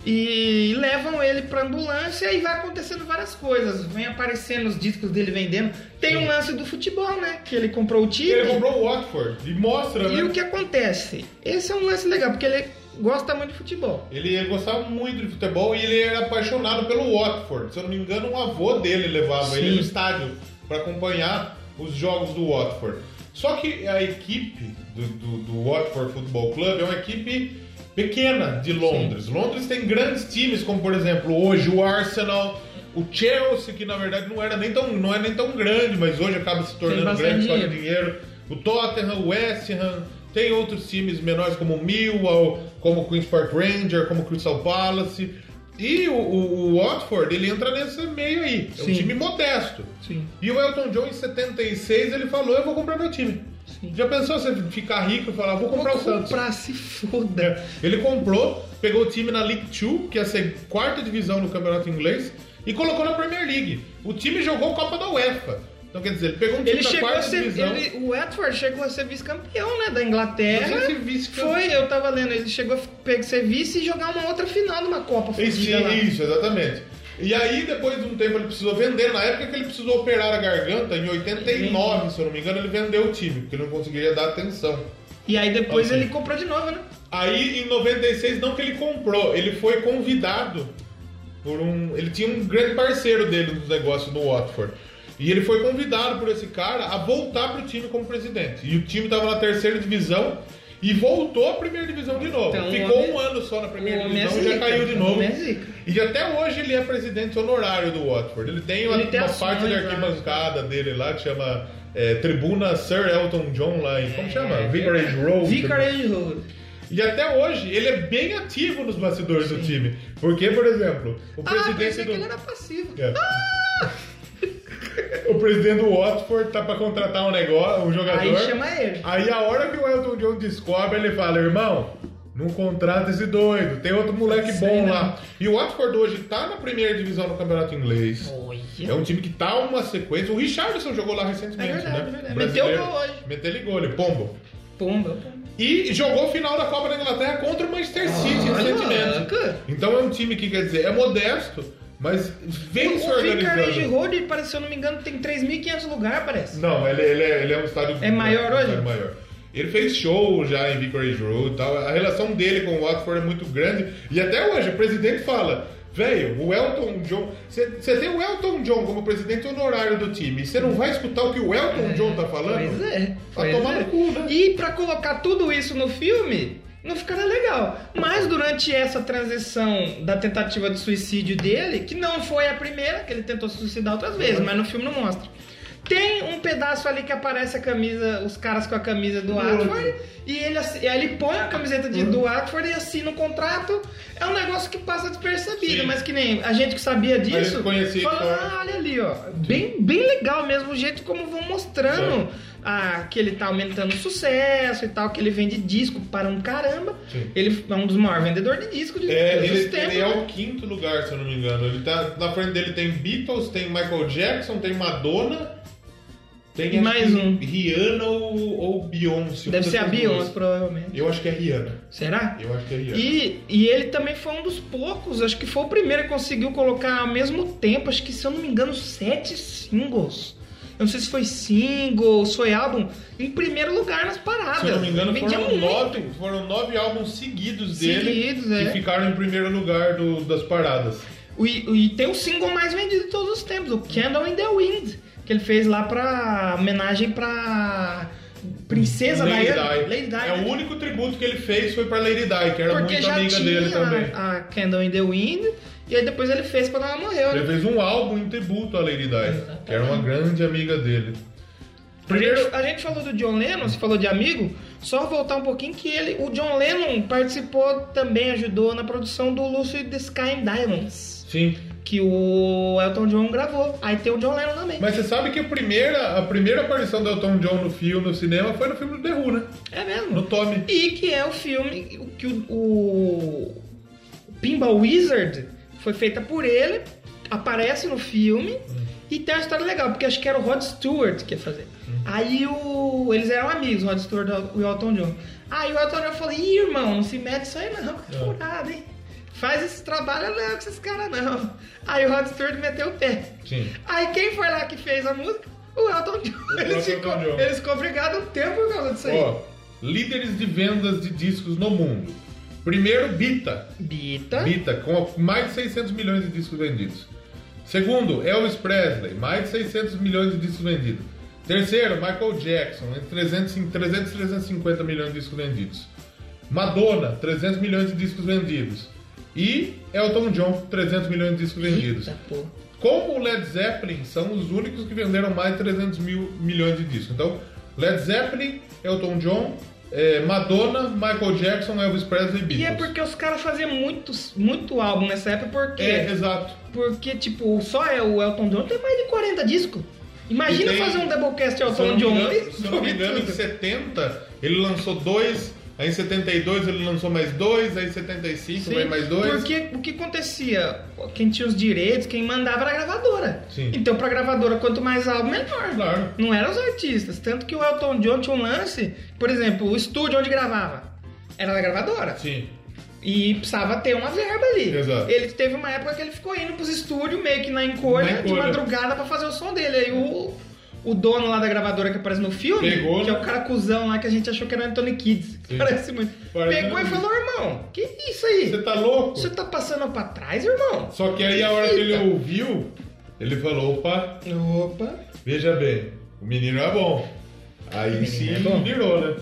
A: E levam ele pra ambulância e vai acontecendo várias coisas. Vem aparecendo os discos dele vendendo. Tem um lance do futebol, né? Que ele comprou o time.
B: Ele comprou o Watford e mostra,
A: E
B: né?
A: o que acontece? Esse é um lance legal, porque ele gosta muito de futebol.
B: Ele gostava muito de futebol e ele era apaixonado pelo Watford. Se eu não me engano, um avô dele levava
A: Sim.
B: ele no estádio para acompanhar os jogos do Watford. Só que a equipe do, do- do Watford Football Club é uma equipe pequena de Londres. Londres tem grandes times, como por exemplo hoje o Arsenal, o Chelsea, que na verdade não era nem tão, não é nem tão grande, mas hoje acaba se tornando
A: bastante
B: grande só de
A: dinheiro.
B: dinheiro. O Tottenham, o West Ham, tem outros times menores como o Millwall, como o Queen's Park Ranger, como o Crystal Palace. E o, o- o Watford, ele entra nesse meio aí. É um
A: Sim.
B: time modesto.
A: Sim.
B: E o Elton John, em 76, ele falou, eu vou comprar meu time.
A: Sim.
B: Já pensou você ficar rico e falar, vou
A: Vou
B: comprar o Santos?
A: comprar, se foda.
B: Ele comprou, pegou o time na League Two, que é a seg- quarta divisão do campeonato inglês, e colocou na Premier League. O time jogou Copa da UEFA. Então, quer dizer, ele pegou um time
A: Ele
B: da
A: chegou
B: quarta
A: a ser.
B: divisão...
A: ele- o Watford chegou a ser vice-campeão, né? Da
B: Não
A: Inglaterra.
B: sei se vice-campeão.
A: Foi, eu tava lendo. Ele chegou a pe- ser vice e jogar uma outra final numa Copa.
B: Isso,
A: fodida lá.
B: é isso, exatamente. E aí, depois de um tempo, ele precisou vender. Na época que ele precisou operar a garganta, em 89, se eu não me engano, ele vendeu o time, porque ele não conseguiria dar atenção.
A: E aí depois
B: Ok.
A: ele comprou de novo, né?
B: Aí, em 96, não que ele comprou, ele foi convidado por um... Ele tinha um grande parceiro dele no negócio no Watford. E ele foi convidado por esse cara a voltar pro time como presidente. E o time tava na terceira divisão e voltou à primeira divisão de novo.
A: Então, o
B: Ficou
A: homem-
B: um ano só na primeira
A: o homem é
B: divisão e já
A: zica,
B: caiu de
A: o
B: novo.
A: homem é zica.
B: E até hoje ele é presidente honorário do Watford. Ele tem uma,
A: Ele tem
B: uma
A: ações
B: parte da
A: lá,
B: arquibancada dele lá que chama é, Tribuna Sir Elton John lá em. Como chama?
A: É,
B: Vicarage Road.
A: Vicarage Road.
B: E até hoje ele é bem ativo nos bastidores do time. Porque, por exemplo, o
A: Ah,
B: presidente
A: pensei
B: do.
A: que ele era passivo.
B: É. O presidente do Watford tá pra contratar um negócio, um jogador.
A: Aí chama ele.
B: Aí a hora que o Elton John descobre, ele fala, irmão, não contrata esse doido, tem outro moleque
A: Sei
B: bom
A: não.
B: lá. E o Watford hoje tá na primeira divisão do Campeonato Inglês. É
A: Olha.
B: um time que tá uma sequência. O Richardson jogou lá recentemente,
A: É verdade, é
B: né?
A: verdade.
B: Brasileiro.
A: Meteu gol hoje.
B: Meteu gol, ele, pombo.
A: Pomba, pomba.
B: E jogou final da Copa da Inglaterra contra o Manchester City
A: Olha,
B: recentemente.
A: cara.
B: Então é um time que, quer dizer, é modesto, mas vem se
A: O Vicarage
B: organizando.
A: Road, parece, se eu não me engano, tem 3.500 lugares, parece.
B: Não, ele, ele é, ele é um estádio...
A: É maior
B: um
A: hoje?
B: estádio maior. Ele fez show já em Vicarage Road e tal. A relação dele com o Watford é muito grande. E até hoje, o presidente fala... Velho, o Elton John. Você tem o Elton John como presidente honorário do time. Você não vai escutar o que o Elton John tá falando?
A: É, Pois é.
B: Pra
A: pois
B: tomar
A: é.
B: no cu, né?
A: E pra colocar tudo isso no filme, não ficará legal. Mas durante essa transição da tentativa de suicídio dele, que não foi a primeira, que ele tentou se suicidar outras vezes,
B: Uhum.
A: mas no filme não mostra. Tem um pedaço ali que aparece a camisa, os caras com a camisa do Atford, e ele, assi- e aí ele põe a camiseta de,
B: Uhum.
A: do Atford e assina o contrato. É um negócio que passa despercebido,
B: Sim.
A: mas que nem a gente que sabia disso,
B: gente conhecia
A: falou,
B: Thor.
A: ah, olha ali, ó. Bem, bem legal mesmo o jeito como vão mostrando
B: Sim.
A: ah, que ele tá aumentando o sucesso e tal, que ele vende disco para um caramba.
B: Sim.
A: Ele é um dos maiores vendedores de disco de
B: É,
A: todos
B: ele,
A: os tempos.
B: ele é o quinto lugar, se eu não me engano. Ele tá, na frente dele tem Beatles, tem Michael Jackson, tem Madonna, tem
A: E
B: acho
A: mais
B: que
A: um.
B: Rihanna ou, ou Beyoncé. uma
A: Deve ser a
B: dessas duas.
A: Beyoncé, provavelmente.
B: Eu acho que é Rihanna.
A: Será?
B: Eu acho que é Rihanna.
A: E, e ele também foi um dos poucos, acho que foi o primeiro que conseguiu colocar ao mesmo tempo, acho que se eu não me engano, sete singles. Eu não sei se foi singles, foi álbum, em primeiro lugar nas paradas.
B: Se eu não me engano,
A: Vendia
B: foram
A: muito.
B: nove, foram nove álbuns seguidos dele
A: Seguidos, é.
B: que ficaram em primeiro lugar do- das paradas.
A: O- o- E tem o single mais vendido de todos os tempos, o Candle in the Wind, que ele fez lá pra homenagem pra princesa
B: Lady
A: Diana, Lady Di. né?
B: É o único tributo que ele fez foi pra Lady Di, que era
A: Porque
B: muito
A: já
B: amiga
A: tinha
B: dele também.
A: a Candle in the Wind, e aí depois ele fez quando ela morreu.
B: Ele
A: né?
B: fez um álbum em tributo à Lady Di, que era uma grande amiga dele.
A: A,
B: Primeiro,
A: gente, a gente falou do John Lennon, você falou de amigo, só voltar um pouquinho que ele, o John Lennon participou também, ajudou na produção do Lucy the Sky and Diamonds,
B: sim.
A: que o Elton John gravou. Aí tem o John Lennon também.
B: Mas você sabe que a primeira, a primeira aparição do Elton John no filme, no cinema, foi no filme do The Who, né?
A: É mesmo.
B: No Tommy.
A: E que é o filme que o, o Pinball Wizard foi feita por ele, aparece no filme
B: Hum.
A: e tem uma história legal, porque acho que era o Rod Stewart que ia fazer.
B: Hum.
A: Aí o, eles eram amigos, o Rod Stewart e o Elton John. Aí o Elton John falou: Ih, irmão, não se mete isso aí não, que é furado, hein? Faz esse trabalho não é com esses caras não. Aí o Rod Stewart meteu o pé.
B: Sim.
A: Aí quem foi lá que fez a música? O Elton John.
B: próprio
A: Eles, ficou,
B: Elton John.
A: eles ficou brigado um tempo por causa disso aí.
B: Ó, líderes de vendas de discos no mundo. Primeiro, Bita.
A: Bita.
B: Bita, com mais de 600 milhões de discos vendidos. Segundo, Elvis Presley, mais de 600 milhões de discos vendidos. Terceiro, Michael Jackson, entre 300 e 300 e 350 milhões de discos vendidos. Madonna, 300 milhões de discos vendidos. E Elton John, 300 milhões de discos vendidos.
A: Eita, pô.
B: Como o Led Zeppelin são os únicos que venderam mais de 300 mil milhões de discos. Então, Led Zeppelin, Elton John, eh, Madonna, Michael Jackson, Elvis Presley e Beatles.
A: E é porque os caras faziam muito, muito álbum nessa época, porque,
B: É, exato.
A: porque tipo, só é o Elton John tem mais de 40 discos. Imagina
B: E tem-
A: fazer um doublecast
B: Se eu
A: Elton
B: não me
A: John.
B: engano- se eu não me
A: Foi
B: engano, é em
A: tudo.
B: 70 ele lançou dois, aí em 72 ele lançou mais dois, aí em 75
A: Sim,
B: vai mais dois.
A: Porque o que acontecia? Quem tinha os direitos, quem mandava era a gravadora.
B: Sim.
A: Então, pra gravadora, quanto mais álbum, melhor.
B: Claro.
A: Não eram os artistas. Tanto que o Elton John tinha um lance, por exemplo, o estúdio onde gravava era da gravadora.
B: Sim.
A: E precisava ter uma verba ali.
B: Exato.
A: Ele teve uma época que ele ficou indo pros estúdios, meio que na encolha,
B: Na
A: de
B: encolha.
A: madrugada pra fazer o som dele. Aí o, o dono lá da gravadora que aparece no filme,
B: Pegou,
A: que é
B: né?
A: o cara cuzão lá que a gente achou que era Anthony Kids.
B: Sim.
A: Parece muito.
B: Parece
A: Pegou e
B: muito.
A: falou, irmão, que isso
B: Você
A: aí?
B: tá louco?
A: Você tá passando pra trás, irmão?
B: Só que aí a hora que ele ouviu, ele falou, opa,
A: Opa.
B: veja bem, o menino é bom. Aí sim
A: é bom.
B: virou, né?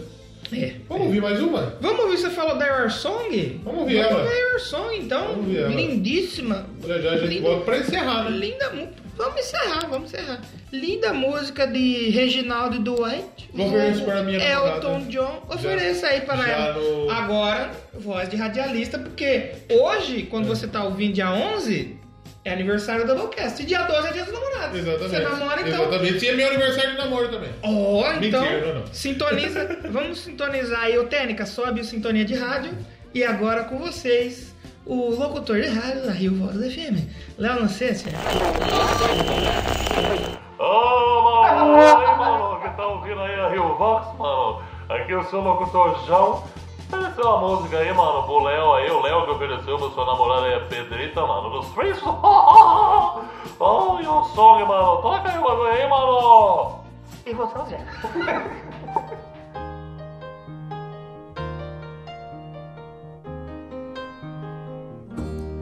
A: É.
B: Vamos ouvir mais uma?
A: Vamos ouvir, você falou da Your Song?
B: Vamos ouvir
A: Vamos
B: ela.
A: ouvir a Your Song, então.
B: Vamos ouvir ela.
A: Lindíssima.
B: Já já a gente
A: Lindo.
B: volta pra encerrar, né?
A: Linda mu- Vamos encerrar, vamos encerrar. Linda música de Reginaldo e Duarte. É
B: Vou oferecer
A: O
B: para minha
A: Elton
B: namorada.
A: John. Ofereça aí para
B: já
A: ela.
B: no-
A: Agora, voz de radialista, porque hoje,
B: É.
A: quando você tá ouvindo dia 11, é aniversário da Doublecast. E dia 12 é dia dos namorados.
B: Exatamente.
A: Você namora, então...
B: Exatamente. E é meu aniversário de namoro também.
A: Ó, então,
B: Mentira, não, não.
A: sintoniza. vamos sintonizar aí. Ô, Tênica, sobe o Sintonia de Rádio. E agora com vocês, o locutor de rádio da Rio Voz FM, Léo Lancência.
D: Ô, maluco, aí, maluco, que tá ouvindo aí a Rio Vox, mano? Aqui é o seu locutor João. Ofereceu uma música aí, mano, pro Léo aí, o Léo que ofereceu pra sua namorada aí, a Pedrita, mano, dos Freaks. Oh, e o song, mano, toca aí o bagulho aí, mano. E você, Zé?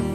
E: If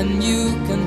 E: And you can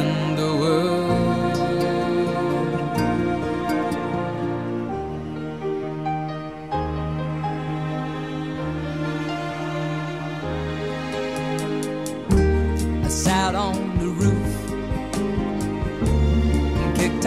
E: in the world. I sat on the roof and kicked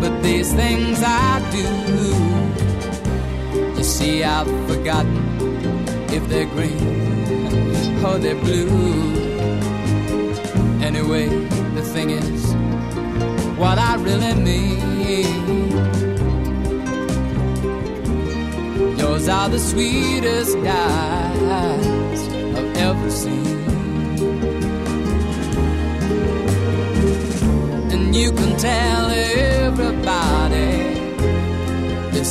E: But these things I do You see I've forgotten If they're green or they're blue Anyway, the thing is What I really mean Yours are the sweetest eyes I've ever seen And you can tell everybody this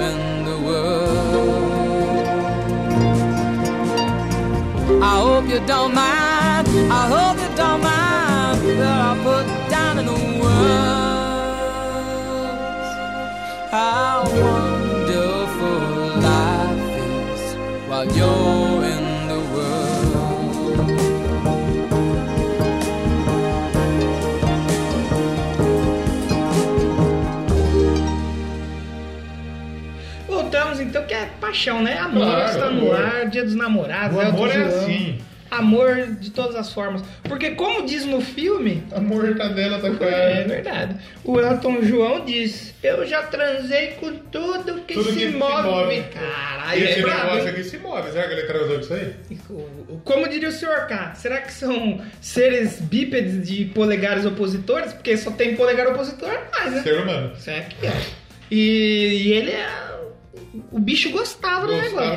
E: in the world. I hope you don't mind. I hope you don't mind that I put down in the words how wonderful life is while you're in the world.
A: Voltamos então, que é paixão, né? Amor
B: Claro,
A: está no
B: amor.
A: ar, dia dos namorados, né?
B: O
A: Elton
B: amor é
A: John.
B: assim.
A: Amor de todas as formas. Porque como diz no filme,
B: A mortadela tá
A: É
B: cara.
A: verdade. O Elton João diz: Eu já transei com tudo que
B: Tudo
A: se
B: que se
A: move.
B: move.
A: Caralho,
B: Esse
A: é brabo.
B: negócio
A: hein?
B: aqui se move. Será que ele transou com isso aí?
A: O- Como diria o senhor K, será que são seres bípedes de polegares opositores? Porque só tem polegar opositor, mas né?
B: Ser humano.
A: Será que é? E, e ele é. O bicho gostava,
B: Gostava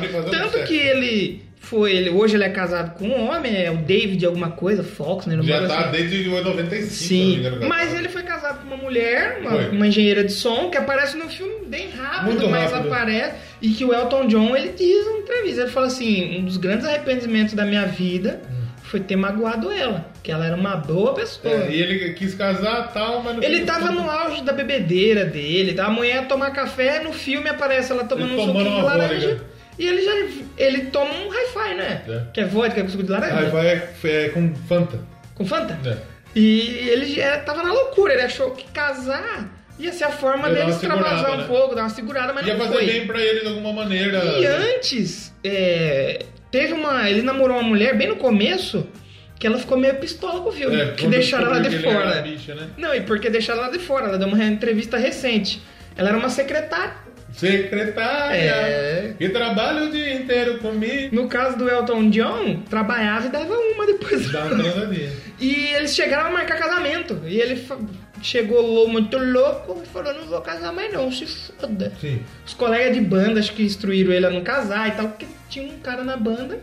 A: do
B: de fazer
A: negócio.
B: um
A: Tanto
B: sexo.
A: que ele foi. Ele, hoje ele é casado com um homem, é o David alguma coisa, Fox, né? Não
B: Já
A: lembro
B: tá
A: assim.
B: desde o 95. se
A: Sim,
B: não me engano, tá.
A: mas
B: cara.
A: ele foi casado com uma mulher, uma,
B: Foi.
A: uma engenheira de som, que aparece no filme bem rápido,
B: Muito
A: mas
B: rápido.
A: aparece. E que o Elton John, ele diz em entrevista, ele fala assim, um dos grandes arrependimentos da minha vida
B: Hum.
A: foi ter magoado ela, que ela era uma boa pessoa.
B: É, e ele quis casar tal, mas não
A: Ele
B: quis-
A: tava no auge da bebedeira dele, tá? a mulher ia tomar café, no filme aparece ela tomando
B: Ele
A: um
B: tomando
A: suquinho de
B: uma
A: laranja.
B: vodka.
A: E ele já ele toma um hi-fi, né?
B: É.
A: Que é vodka com suco de laranja.
B: Aí vai é, com Fanta.
A: Com Fanta.
B: É.
A: E ele já tava na loucura, ele achou que casar ia ser a forma
B: Ia dar
A: dele
B: uma
A: extravasar
B: segurada,
A: um
B: né?
A: pouco, dar uma segurada, mas
B: Ia
A: não
B: fazer
A: foi.
B: bem pra ele de alguma maneira. né?
A: E antes, é, teve uma. Ele namorou uma mulher bem no começo que ela ficou meio pistola com o filme, que
B: É, quando
A: deixaram ela de
B: descobriu que ele
A: fora.
B: era bicha, né?
A: Não, e porque deixaram ela de fora? Ela deu uma entrevista recente. Ela era uma secretária.
B: Secretária,
A: É.
B: que trabalha o dia inteiro comigo.
A: No caso do Elton John, trabalhava e dava uma depois.
B: Dá uma transadinha.
A: E eles chegaram a marcar casamento. E ele fa- chegou lou- muito louco e falou: Não vou casar mais, não, se foda.
B: Sim.
A: Os colegas de banda, acho que instruíram ele a não casar e tal, porque tinha um cara na banda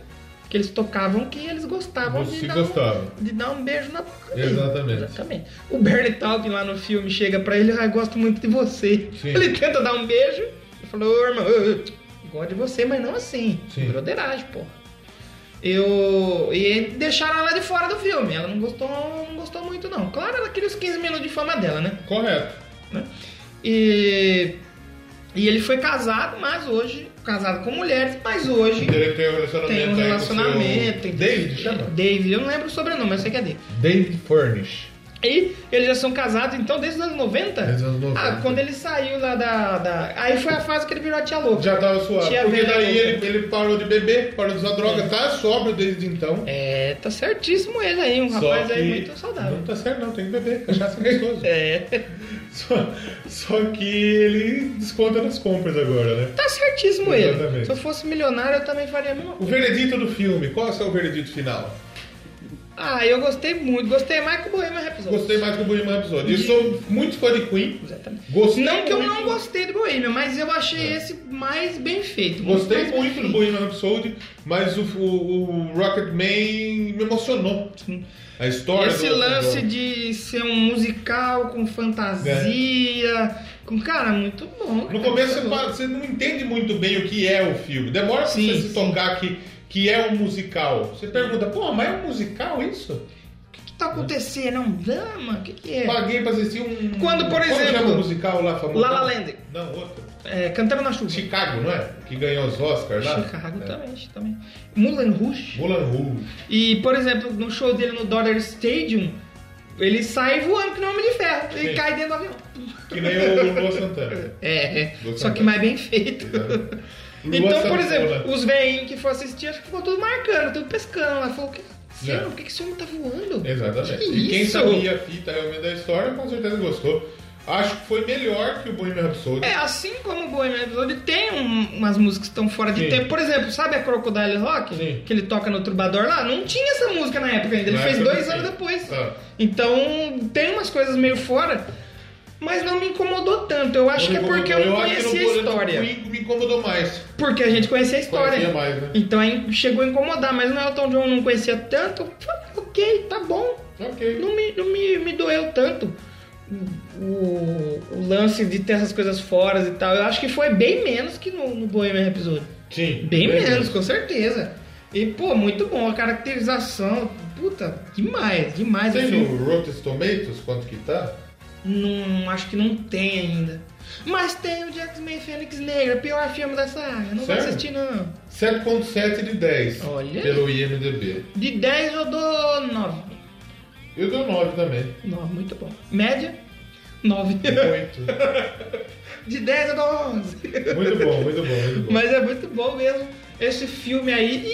A: que eles tocavam que eles gostavam
B: Se
A: de dar,
B: gostava.
A: Um, de dar um beijo na boca. dele.
B: Exatamente.
A: Exatamente. O Bernie Taupin lá no filme chega pra ele, ah, eu gosto muito de você.
B: Sim.
A: Ele tenta dar um beijo e falou, ô irmão, eu, eu gosto de você, mas não assim.
B: Sim.
A: Broderagem, pô. Eu. E deixaram ela de fora do filme. Ela não gostou, não gostou muito, não. Claro, ela queria os 15 minutos de fama dela, né?
B: Correto.
A: né? E, e ele foi casado, mas hoje, casado com mulheres, mas hoje
B: Ele tem um relacionamento
A: tem um
B: aí com o seu-
A: relacionamento. tem-
B: David, chama?
A: David, eu não lembro o sobrenome, eu sei que é dele.
B: David Furnish.
A: E eles já são casados, então, desde os anos 90?
B: Desde os anos 90.
A: Ah, quando ele saiu lá da, da- Aí foi a fase que ele virou a tia louca.
B: Já tá- tava suave.
A: Tinha
B: Porque
A: velha
B: daí
A: louca.
B: ele, ele parou de beber, parou de usar droga, tá sóbrio desde então.
A: É, tá certíssimo ele aí, um
B: Só
A: rapaz
B: que...
A: aí muito saudável.
B: Não tá certo, não, tem que beber. Cachaça é gostoso.
A: É,
B: Só, só que ele desconta nas compras agora, né?
A: tá certíssimo ele.
B: Exatamente.
A: Se eu fosse milionário, eu também faria a mesma
B: O
A: coisa.
B: veredito do filme, qual é o veredito final?
A: Ah, eu gostei muito. Gostei mais que o Bohemian Rhapsody.
B: Gostei mais do Bohemian Rhapsody. Eu sou muito fã de Queen.
A: Exatamente.
B: Gostei
A: Não que eu
B: muito-
A: não gostei do Bohemian, mas eu achei esse mais bem feito.
B: É. Gostei
A: mais bem
B: muito do
A: feito.
B: Bohemian Rhapsody, mas o, o, o Rocketman me emocionou. A história
A: Esse
B: do-
A: lance
B: do-
A: de ser um musical com fantasia, com cara muito bom.
B: É. No
A: cara,
B: começo
A: muito
B: você,
A: bom.
B: fala- você não entende muito bem o que é o filme. Demora pra
A: Sim,
B: você se
A: sim.
B: tocar que, que é um musical. Você pergunta, pô, mas é um musical isso?
A: o que tá acontecendo? É um drama? O que, que é?
B: Paguei pra assistir um.
A: Quando, por
B: Como
A: exemplo,
B: chama o musical lá famoso?
A: La La Land.
B: Não, outro.
A: É, Cantando na chuva.
B: Chicago, não é? Que ganhou os Oscars lá?
A: Chicago
B: É.
A: também, também. Moulin Rouge.
B: Moulin Rouge.
A: E, por exemplo, no show dele no Daughter Stadium, ele sai voando que não é homem de ferro. Ele
B: Sim.
A: cai dentro do avião.
B: Que nem o Lua Santana.
A: É, é.
B: Vou
A: só
B: cantar.
A: que mais bem feito.
B: Exato.
A: então,
B: Lua
A: por
B: Santana.
A: exemplo, os veinhos que foram assistir, acho que ficou tudo marcando, tudo pescando. Ela falou, o que aconteceu?
B: É.
A: Por que que esse homem tá voando?
B: Exatamente.
A: Que
B: e quem
A: isso?
B: sabia a fita realmente da história, com certeza gostou. Acho que foi melhor que o Bohemian Rhapsody.
A: É, assim como o Bohemian Rhapsody tem um- umas músicas que estão fora de
B: Sim.
A: tempo. Por exemplo, sabe a Crocodile Rock?
B: Sim.
A: Que ele toca no Trubador lá? Não tinha essa música na época ainda. Ele
B: Na
A: fez
B: época
A: dois
B: não
A: anos
B: tinha.
A: depois.
B: Ah.
A: Então, tem umas coisas meio fora. Mas não me incomodou tanto. Eu acho que é porque eu não
B: acho que
A: conhecia
B: no
A: a
B: Bohemian
A: história.
B: Queen Me incomodou mais.
A: Porque a gente conhecia a história.
B: Conhecia mais, né?
A: Então aí chegou a incomodar, mas o Elton John não conhecia tanto. Falei, ok, tá bom.
B: Ok.
A: Não me, não me, me doeu tanto o, o lance de ter essas coisas fora e tal. Eu acho que foi bem menos que no, no Bohemian Rhapsody.
B: Sim.
A: Bem menos, com certeza. E, pô, muito bom. A caracterização, puta, demais, demais. o
B: Tem
A: filme.
B: no Rotten Tomatoes quanto que tá?
A: Não, acho que não tem ainda. Mas tem o X-Men Fênix Negra, pior filme da saga. Não
B: Sério?
A: vou assistir, não.
B: 7.7 de 10
A: Olha.
B: pelo IMDB.
A: De 10 eu dou 9.
B: Eu dou 9 também.
A: 9, muito bom. Média, 9.
B: Muito.
A: De 10 eu dou 11.
B: muito bom, muito bom, muito bom.
A: Mas é muito bom mesmo esse filme aí.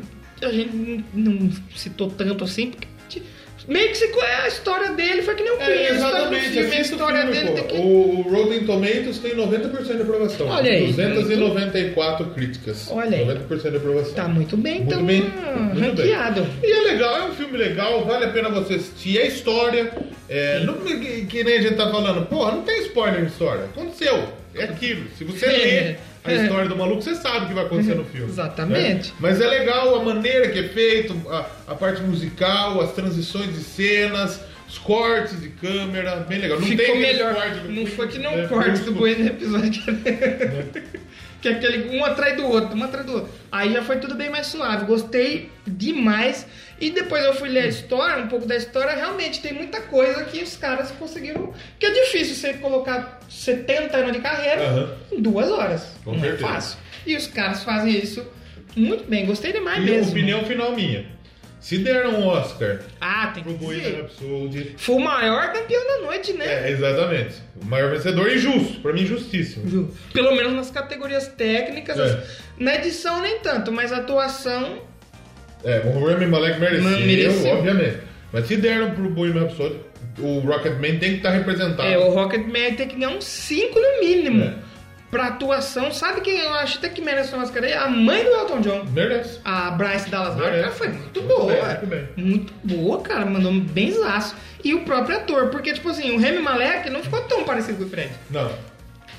A: E a gente não- não citou tanto assim, porque a gente- meio que se conhe- a história dele foi que nem o Queen.
B: É,
A: a história do
B: exatamente,
A: filme, a
B: assista o
A: história
B: filme,
A: dele
B: pô.
A: tem que...
B: O, o Rotten Tomatoes tem 90% de aprovação.
A: Olha aí,
B: 294 críticas.
A: Olha aí.
B: 90% de aprovação.
A: Tá muito bem,
B: Muito
A: então
B: bem,
A: ah,
B: muito bem.
A: ranqueado.
B: E é legal, é um filme legal, vale a pena você assistir. É história. É, não, que, que nem a gente tá falando, porra, não tem spoiler na história. Aconteceu. É aquilo. Se você lê a
A: É.
B: história do maluco, você sabe o que vai acontecer no filme.
A: Exatamente.
B: né? Mas é legal a maneira que é feito, a, a parte musical, as transições de cenas, os cortes de câmera, bem legal. Não tem
A: Ficou
B: aquele
A: melhor.
B: corte do
A: Não
B: Queen,
A: foi que não
B: né?
A: corte
B: Ficou-
A: do Bueno episódio. que é aquele um atrás do outro, um atrás do outro. Aí já foi tudo bem mais suave. Gostei demais. E depois eu fui ler a história, um pouco da história. Realmente tem muita coisa que os caras conseguiram. Que é difícil você colocar 70 anos de carreira
B: Aham.
A: em duas horas.
B: Com
A: não
B: certeza.
A: é fácil. E os caras fazem isso muito bem. Gostei demais
B: E
A: mesmo.
B: opinião final minha. Se deram um Oscar
A: Ah, tem que
B: pro Bohemian
A: dizer.
B: Rhapsody,
A: Foi o maior campeão da noite, né?
B: É, exatamente. O maior vencedor é justo, pra mim justíssimo.
A: Viu? Pelo menos nas categorias técnicas.
B: É.
A: as- Na edição, nem tanto, mas a atuação
B: É, Bohemian Malek mereceu,
A: Mereceu.
B: obviamente. Mas se deram pro Bohemian Rhapsody, o Rocketman tem que estar representado.
A: É, o Rocketman tem que ganhar um 5 no mínimo
B: Tá. É.
A: pra atuação. Sabe quem eu acho até que merece uma máscara aí? A mãe do Elton John.
B: Merece.
A: A Bryce Dallas Howard
B: Merece.
A: cara, foi muito
B: É. Muito
A: boa.
B: bem, muito bem.
A: Muito boa, cara. Mandou um benzaço. E o próprio ator, porque, tipo assim, o Remy Malek não ficou tão parecido com o Fred.
B: Não,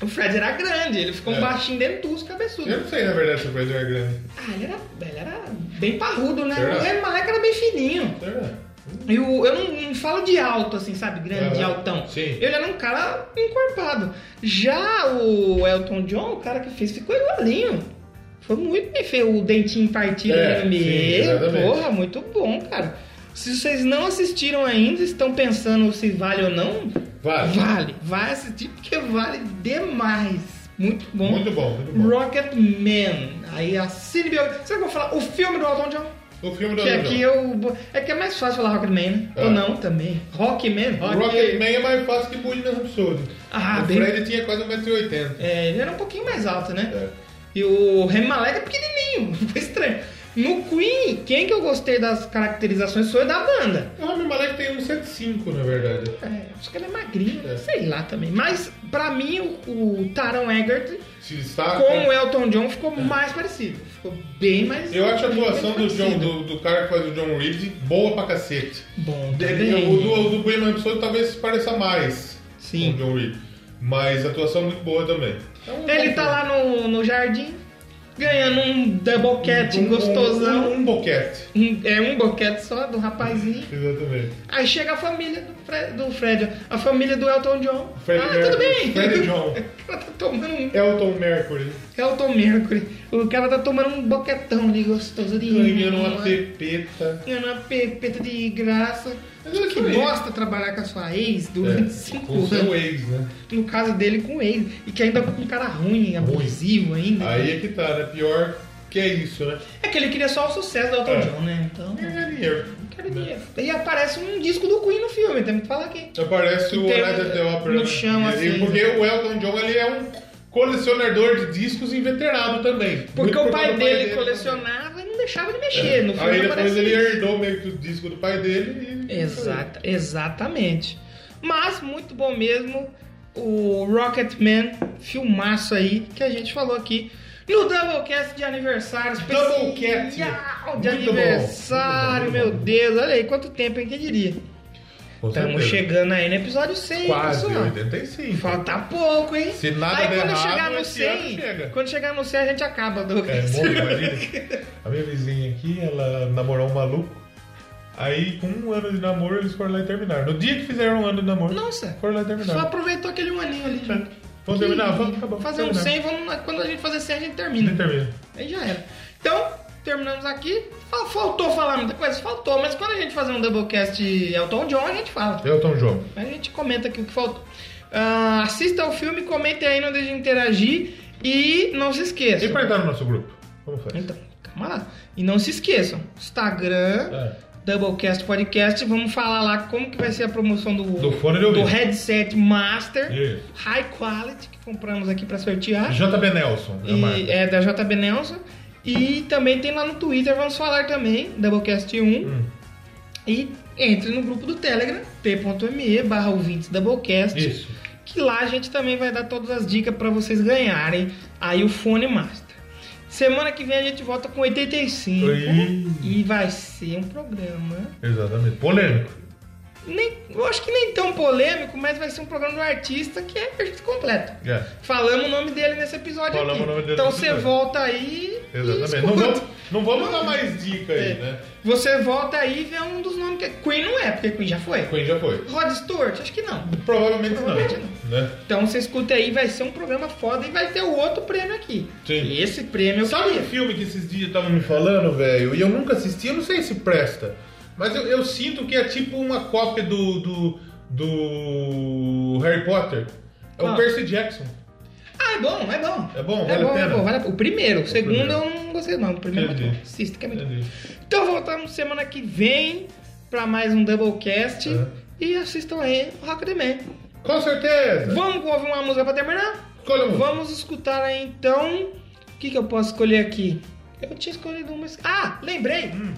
A: O Fred era grande, ele ficou um
B: É.
A: baixinho dentuço, cabeçudo.
B: eu não sei na verdade se o Fred era grande.
A: Ah, ele era, ele era bem parrudo, né?
B: Será?
A: O Remy Malek era bem fininho.
B: Será?
A: E o, eu não, não falo de alto, assim, sabe? Grande,
B: Aham.
A: altão.
B: Sim.
A: Ele era um cara encorpado. Já o Elton John, o cara que fez, ficou igualinho. Foi muito bem feito. O dentinho partido
B: É,
A: no
B: sim,
A: meio.
B: exatamente.
A: Porra, muito bom, cara. Se vocês não assistiram ainda, estão pensando se vale ou não,
B: Vale.
A: vale. Vai assistir porque vale demais. Muito bom.
B: Muito bom, muito bom.
A: Rocket Man. Aí a Cine Será que eu vou falar o filme do Elton John?
B: O filme do
A: Que
B: Elton
A: aqui
B: John.
A: eu. É que é mais fácil falar Rocketman, né?
B: É.
A: Ou não também. Rockman?
B: O Rocketman é mais fácil que o Bohemian Rhapsody.
A: Ah,
B: o
A: bem-
B: Fred tinha quase 1,80m.
A: É, ele era um pouquinho mais alto, né?
B: É.
A: E o Remy Malek é pequenininho. Foi estranho. No Queen, quem que eu gostei das caracterizações foi da banda.
B: O Rami Malek tem 1,75m, na verdade.
A: É, acho que ele é magrinho,
B: É.
A: sei lá também. Mas, pra mim, o, o Taron Egerton
B: Se destaca.
A: com o Elton John ficou mais parecido. Ficou bem mais
B: é. Eu acho a
A: bem
B: atuação do,
A: mais
B: John,
A: parecido.
B: do, do cara que faz o John Reeves boa pra cacete.
A: Bom,
B: Ele-
A: também.
B: O do, do Bohemian Rhapsody talvez pareça mais
A: Sim.
B: com o John Reed. Mas a atuação é muito boa também. Então,
A: Ele tá lá no, no jardim, ganhando um double cat gostosão.
B: Um, um boquete.
A: Um- é um boquete só do rapazinho.
B: Exatamente.
A: Aí chega a família do Fred, do Fred ó, a família do Elton John.
B: Fred
A: ah,
B: Mercury.
A: tudo bem.
B: Fred John.
A: O cara tá tomando um
B: Elton Mercury
A: Elton Mercury. O cara tá tomando um boquetão de gostoso de
B: ganhando é uma pepeta.
A: Ganhando uma pepeta de graça.
B: Mas
A: Tudo
B: é
A: que
B: isso aí.
A: gosta trabalhar com a sua ex durante
B: É,
A: cinco
B: com o seu
A: anos.
B: ex, né?
A: No caso dele com o ex. E que ainda com um cara ruim, abusivo ainda.
B: Aí é que tá, né? Pior que é isso, né?
A: É que ele queria só o sucesso do Elton
B: É. Né?
A: John, né? Então.
B: Ganhar dinheiro.
A: Cara, e, e aparece um disco do Queen no filme, tem que falar aqui.
B: Aparece o
A: Tem- um
B: Night at the Opera.
A: no
B: né?
A: chão,
B: E-
A: assim,
B: Porque o Elton John, ele é um colecionador de discos inveterado também.
A: Porque
B: Muito
A: o
B: por
A: pai
B: causa do
A: dele
B: também.
A: colecionava e não deixava de mexer. No filme
B: Aí depois
A: aparece
B: ele
A: isso.
B: herdou meio que o disco do pai dele e.
A: Exata, exatamente. Mas muito bom mesmo o Rocketman, filmaço aí que a gente falou aqui no Doublecast de aniversário especial
B: Doublecast.
A: de
B: Muito bom,
A: aniversário,
B: muito bom,
A: meu
B: muito bom.
A: Deus, olha aí quanto tempo, hein, quem diria?
B: Com
A: Estamos
B: certeza.
A: chegando aí no episódio 100,
B: Quase
A: pessoal.
B: 85.
A: Falta pouco, hein?
B: Se nada
A: Aí
B: der
A: quando
B: errado,
A: chegar no
B: esse ano
A: 100,
B: chega.
A: quando chegar no 100 a gente acaba,
B: É,
A: Douglas.
B: bom, imagina. A minha vizinha aqui, ela namorou um maluco. Aí, com um ano de namoro, eles foram lá e terminaram. No dia que fizeram um ano de namoro,
A: Nossa.
B: foram lá e
A: Só
B: terminaram.
A: aproveitou aquele um aninho ali.
B: É. Vamos terminar? Vamos, tá bom.
A: Fazer um
B: Terminar.
A: 100, vamos, quando a gente fazer 100 a gente
B: Nem
A: termina.
B: termina.
A: Aí já era. Então, terminamos aqui. Fal- Faltou falar muita coisa? Faltou, mas quando a gente fazer um doublecast Elton John, a gente fala.
B: Elton John.
A: A gente comenta aqui o que faltou. Ah, assista ao filme, comente aí, não deixe de interagir. E não se esqueça.
B: E pra entrar no nosso grupo? Como faz?
A: Então, calma lá. E não se esqueçam, Instagram,
B: É.
A: Doublecast Podcast, vamos falar lá como que vai ser a promoção do,
B: Do fone de ouvido.
A: do headset Master,
B: Isso.
A: High Quality, que compramos aqui pra sortear.
B: JB Nelson é a
A: e,
B: marca.
A: é da JB Nelson. E também tem lá no Twitter, vamos falar também, Doublecast 1.
B: Hum.
A: E entre no grupo do Telegram, t.me barra ouvintes Doublecast.
B: Isso.
A: Que lá a gente também vai dar todas as dicas pra vocês ganharem aí o fone master. Semana que vem a gente volta com 85
B: Oi.
A: e vai ser um programa
B: Exatamente. Polêmico.
A: nem, eu acho que nem tão polêmico, mas vai ser um programa do artista que é artista completo.
B: É.
A: Falamos o nome dele nesse episódio
B: Falamos
A: aqui.
B: o nome dele
A: então
B: nesse
A: você
B: episódio.
A: volta aí e
B: Exatamente. Não
A: escuta.
B: vamos, não vamos dar mais dica aí,
A: É.
B: né?
A: Você volta aí e vê um dos nomes que é Queen não é, porque Queen já foi.
B: Queen já foi.
A: Rod Stewart, acho que não.
B: Provavelmente,
A: Provavelmente
B: não. Né?
A: Então você escuta aí, vai ser um programa foda e vai ter o outro prêmio aqui.
B: Sim.
A: E esse prêmio eu
B: Sabe um
A: queria.
B: filme que esses dias estavam me falando, velho? E eu nunca assisti, eu não sei se presta. Mas eu, eu sinto que é tipo uma cópia do, do, do Harry Potter. É o
A: Qual?
B: Percy Jackson.
A: Ah, é bom, é bom.
B: É bom,
A: é
B: vale a
A: bom,
B: pena.
A: É bom, vale a pena. O primeiro, o segundo
B: primeiro.
A: eu não gostei não. O primeiro é muito
B: Entendi.
A: bom. Assista que é muito bom.
B: Entendi.
A: Então voltamos semana que vem pra mais um Doublecast.
B: É.
A: E assistam aí o Rock the Man.
B: Com certeza!
A: Vamos ouvir uma música pra terminar?
B: Escolha um.
A: Vamos escutar aí então. O que, que eu posso escolher aqui? Eu tinha escolhido uma. es- Ah, lembrei!
B: Hum.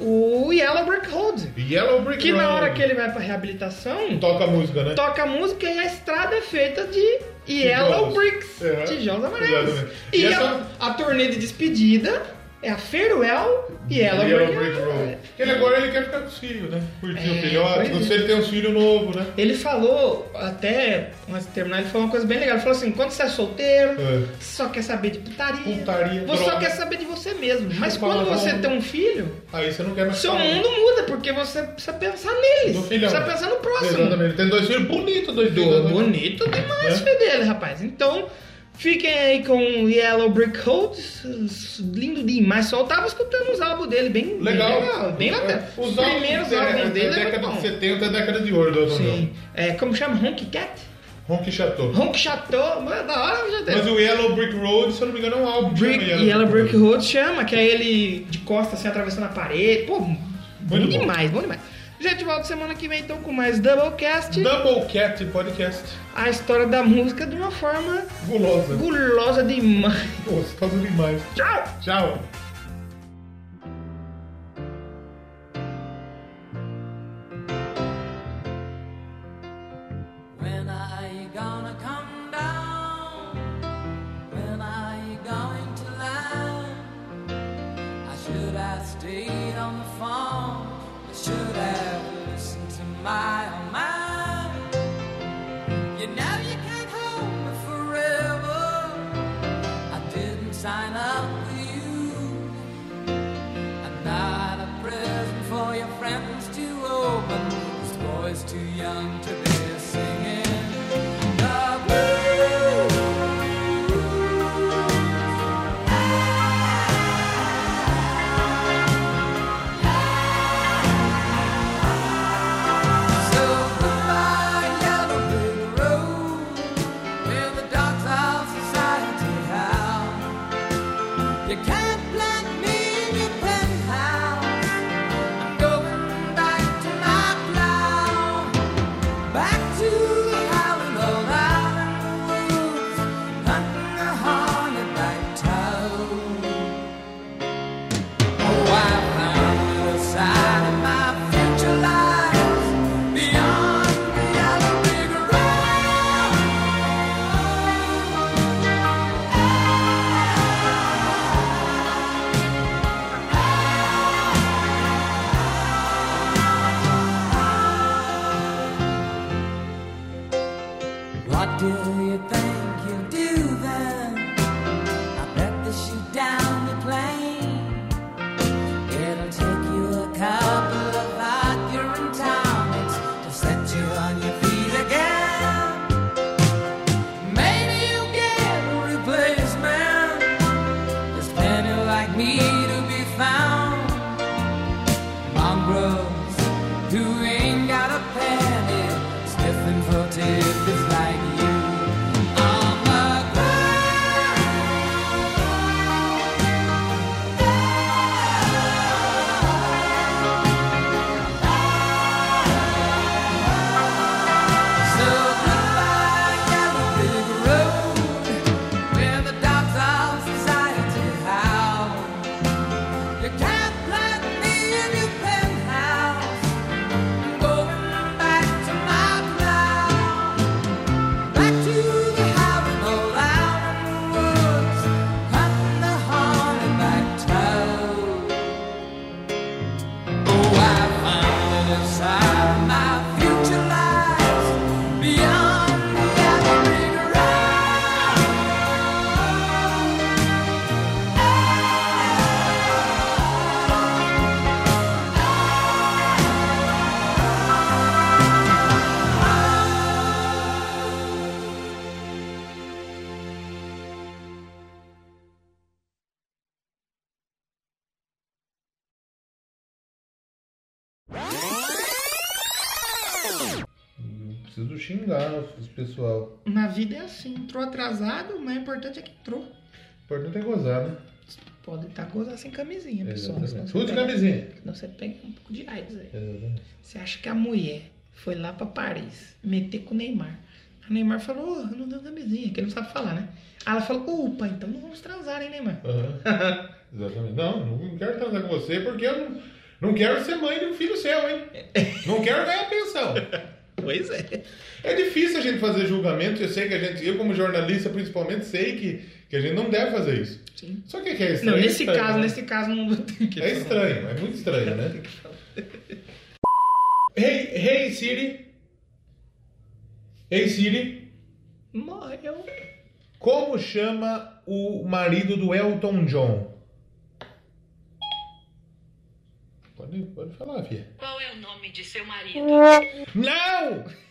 A: O Yellow Brick Road.
B: Yellow Brick
A: Que na
B: Road.
A: hora que ele vai pra reabilitação,
B: Toca a música, né?
A: toca a música e a estrada é feita de Yellow
B: Tijolos.
A: Bricks,
B: Uhum.
A: tijolos amarelos.
B: Exatamente.
A: E,
B: E
A: a,
B: essa-
A: a turnê de despedida é a Farewell Yellow,
B: Yellow
A: Brick,
B: Brick Road.
A: Road.
B: Ele agora ele quer ficar com os filhos, né?
A: É,
B: Curtir o filhote.
A: pois é.
B: Você tem um filho novo, né?
A: Ele falou, até antes de terminar, ele falou uma coisa bem legal. Ele falou assim: quando você é solteiro,
B: É.
A: você só quer saber de putaria.
B: Putaria,
A: você só
B: droga.
A: quer saber de você mesmo. Mas
B: Chupa
A: quando
B: lavanda.
A: você tem um filho,
B: Aí você não quer mais
A: seu
B: falar. né?
A: mundo muda, porque você precisa pensar neles.
B: Do filhão.
A: Precisa pensar tá no próximo.
B: Exatamente. Ele tem dois filhos bonitos, dois filhos. né?
A: Do-
B: dois-
A: bonito demais,
B: É.
A: filho dele, rapaz. Então, fiquem aí com o Yellow Brick Road. s- Lindo demais. Só eu tava escutando os álbuns dele, bem
B: Legal. É,
A: Bem, legal, bem bacana.
B: Os
A: Os
B: álbuns
A: primeiros
B: da-
A: álbuns dele
B: Da
A: é
B: década
A: muito
B: de
A: bom.
B: 70 e década de ouro, do
A: Sim. É, como chama? Honk Cat?
B: Ronk Chateau.
A: Honk Chateau. Mano, Da hora, já
B: Mas
A: tem.
B: o Yellow Brick Road, se eu não me engano, é um álbum que
A: Brick,
B: chama
A: Yellow, Brick Road chama, que é ele de costas, assim, atravessando a parede. Pô, bom,
B: bom.
A: demais, bom demais. Gente, volta semana que vem, então, com mais Doublecast.
B: Double Cat Podcast.
A: A história da música de uma forma
B: Gulosa.
A: gulosa demais.
B: Gostosa demais.
A: Tchau!
B: Tchau.
C: When are you gonna come down? When are you going to land? I should have stayed on the phone. I should have listened to my own mind. You know you can't hold me forever. I didn't sign up for you. I'm not a present for your friends to open. This boy's too young to be singing the blues. So goodbye, yellow brick road, where the dogs of society howl. You can't plant me in your penthouse. I'm going back to my plow, back to the howling old hours, hunting a hornetback toad. Oh, I found the side of my future lies beyond the yellow brick road. What do you think you'll do then? I bet they shoot down the plane. It'll take you a couple of Acurin tonics to set you on your feet again. Maybe you'll get a replacement. There's plenty like me to be found. Mongrels who ain't got a penny, sniffing for tips like you. On the ground. So goodbye, yellow brick road, where the dogs of society howl. You can't plant me in your penthouse. I'm going back to my plow, back to the howling old iron woods, hunting the hornetback toad. Oh, I found it inside my future lies beyond the gathering around.
B: Não preciso xingar esse pessoal.
A: Na vida é assim, entrou atrasado, mas o importante é que entrou.
B: O importante é gozar, né?
A: Pode estar gozando sem camisinha, pessoal. senão
B: Exatamente.
A: você
B: Tudo de
A: pega-
B: camisinha.
A: Senão você pega um pouco de AIDS aí.
B: Exatamente.
A: Você acha que a mulher foi lá pra Paris meter com o Neymar? O Neymar falou, oh, eu não deu camisinha, que ele não sabe falar, né? Aí ela falou, opa, então não vamos transar, hein, Neymar?
B: Aham. Exatamente. Não, não quero transar com você porque eu não, não quero ser mãe de um filho seu, hein? Não quero ganhar pensão.
A: Pois é.
B: É difícil a gente fazer julgamento, eu sei que a gente, eu como jornalista principalmente, sei que, que a gente não deve fazer isso.
A: Sim.
B: Só que, que é estranho.
A: Não,
B: é
A: nesse
B: estranho,
A: caso,
B: né?
A: nesse caso não vou ter que
B: É estranho, é muito estranho, né? Hey, hey Siri. Hey Siri,
A: Morreu.
B: como chama o marido do Elton John? Pode, pode falar, filha.
F: Qual é o nome de seu marido?
B: Não!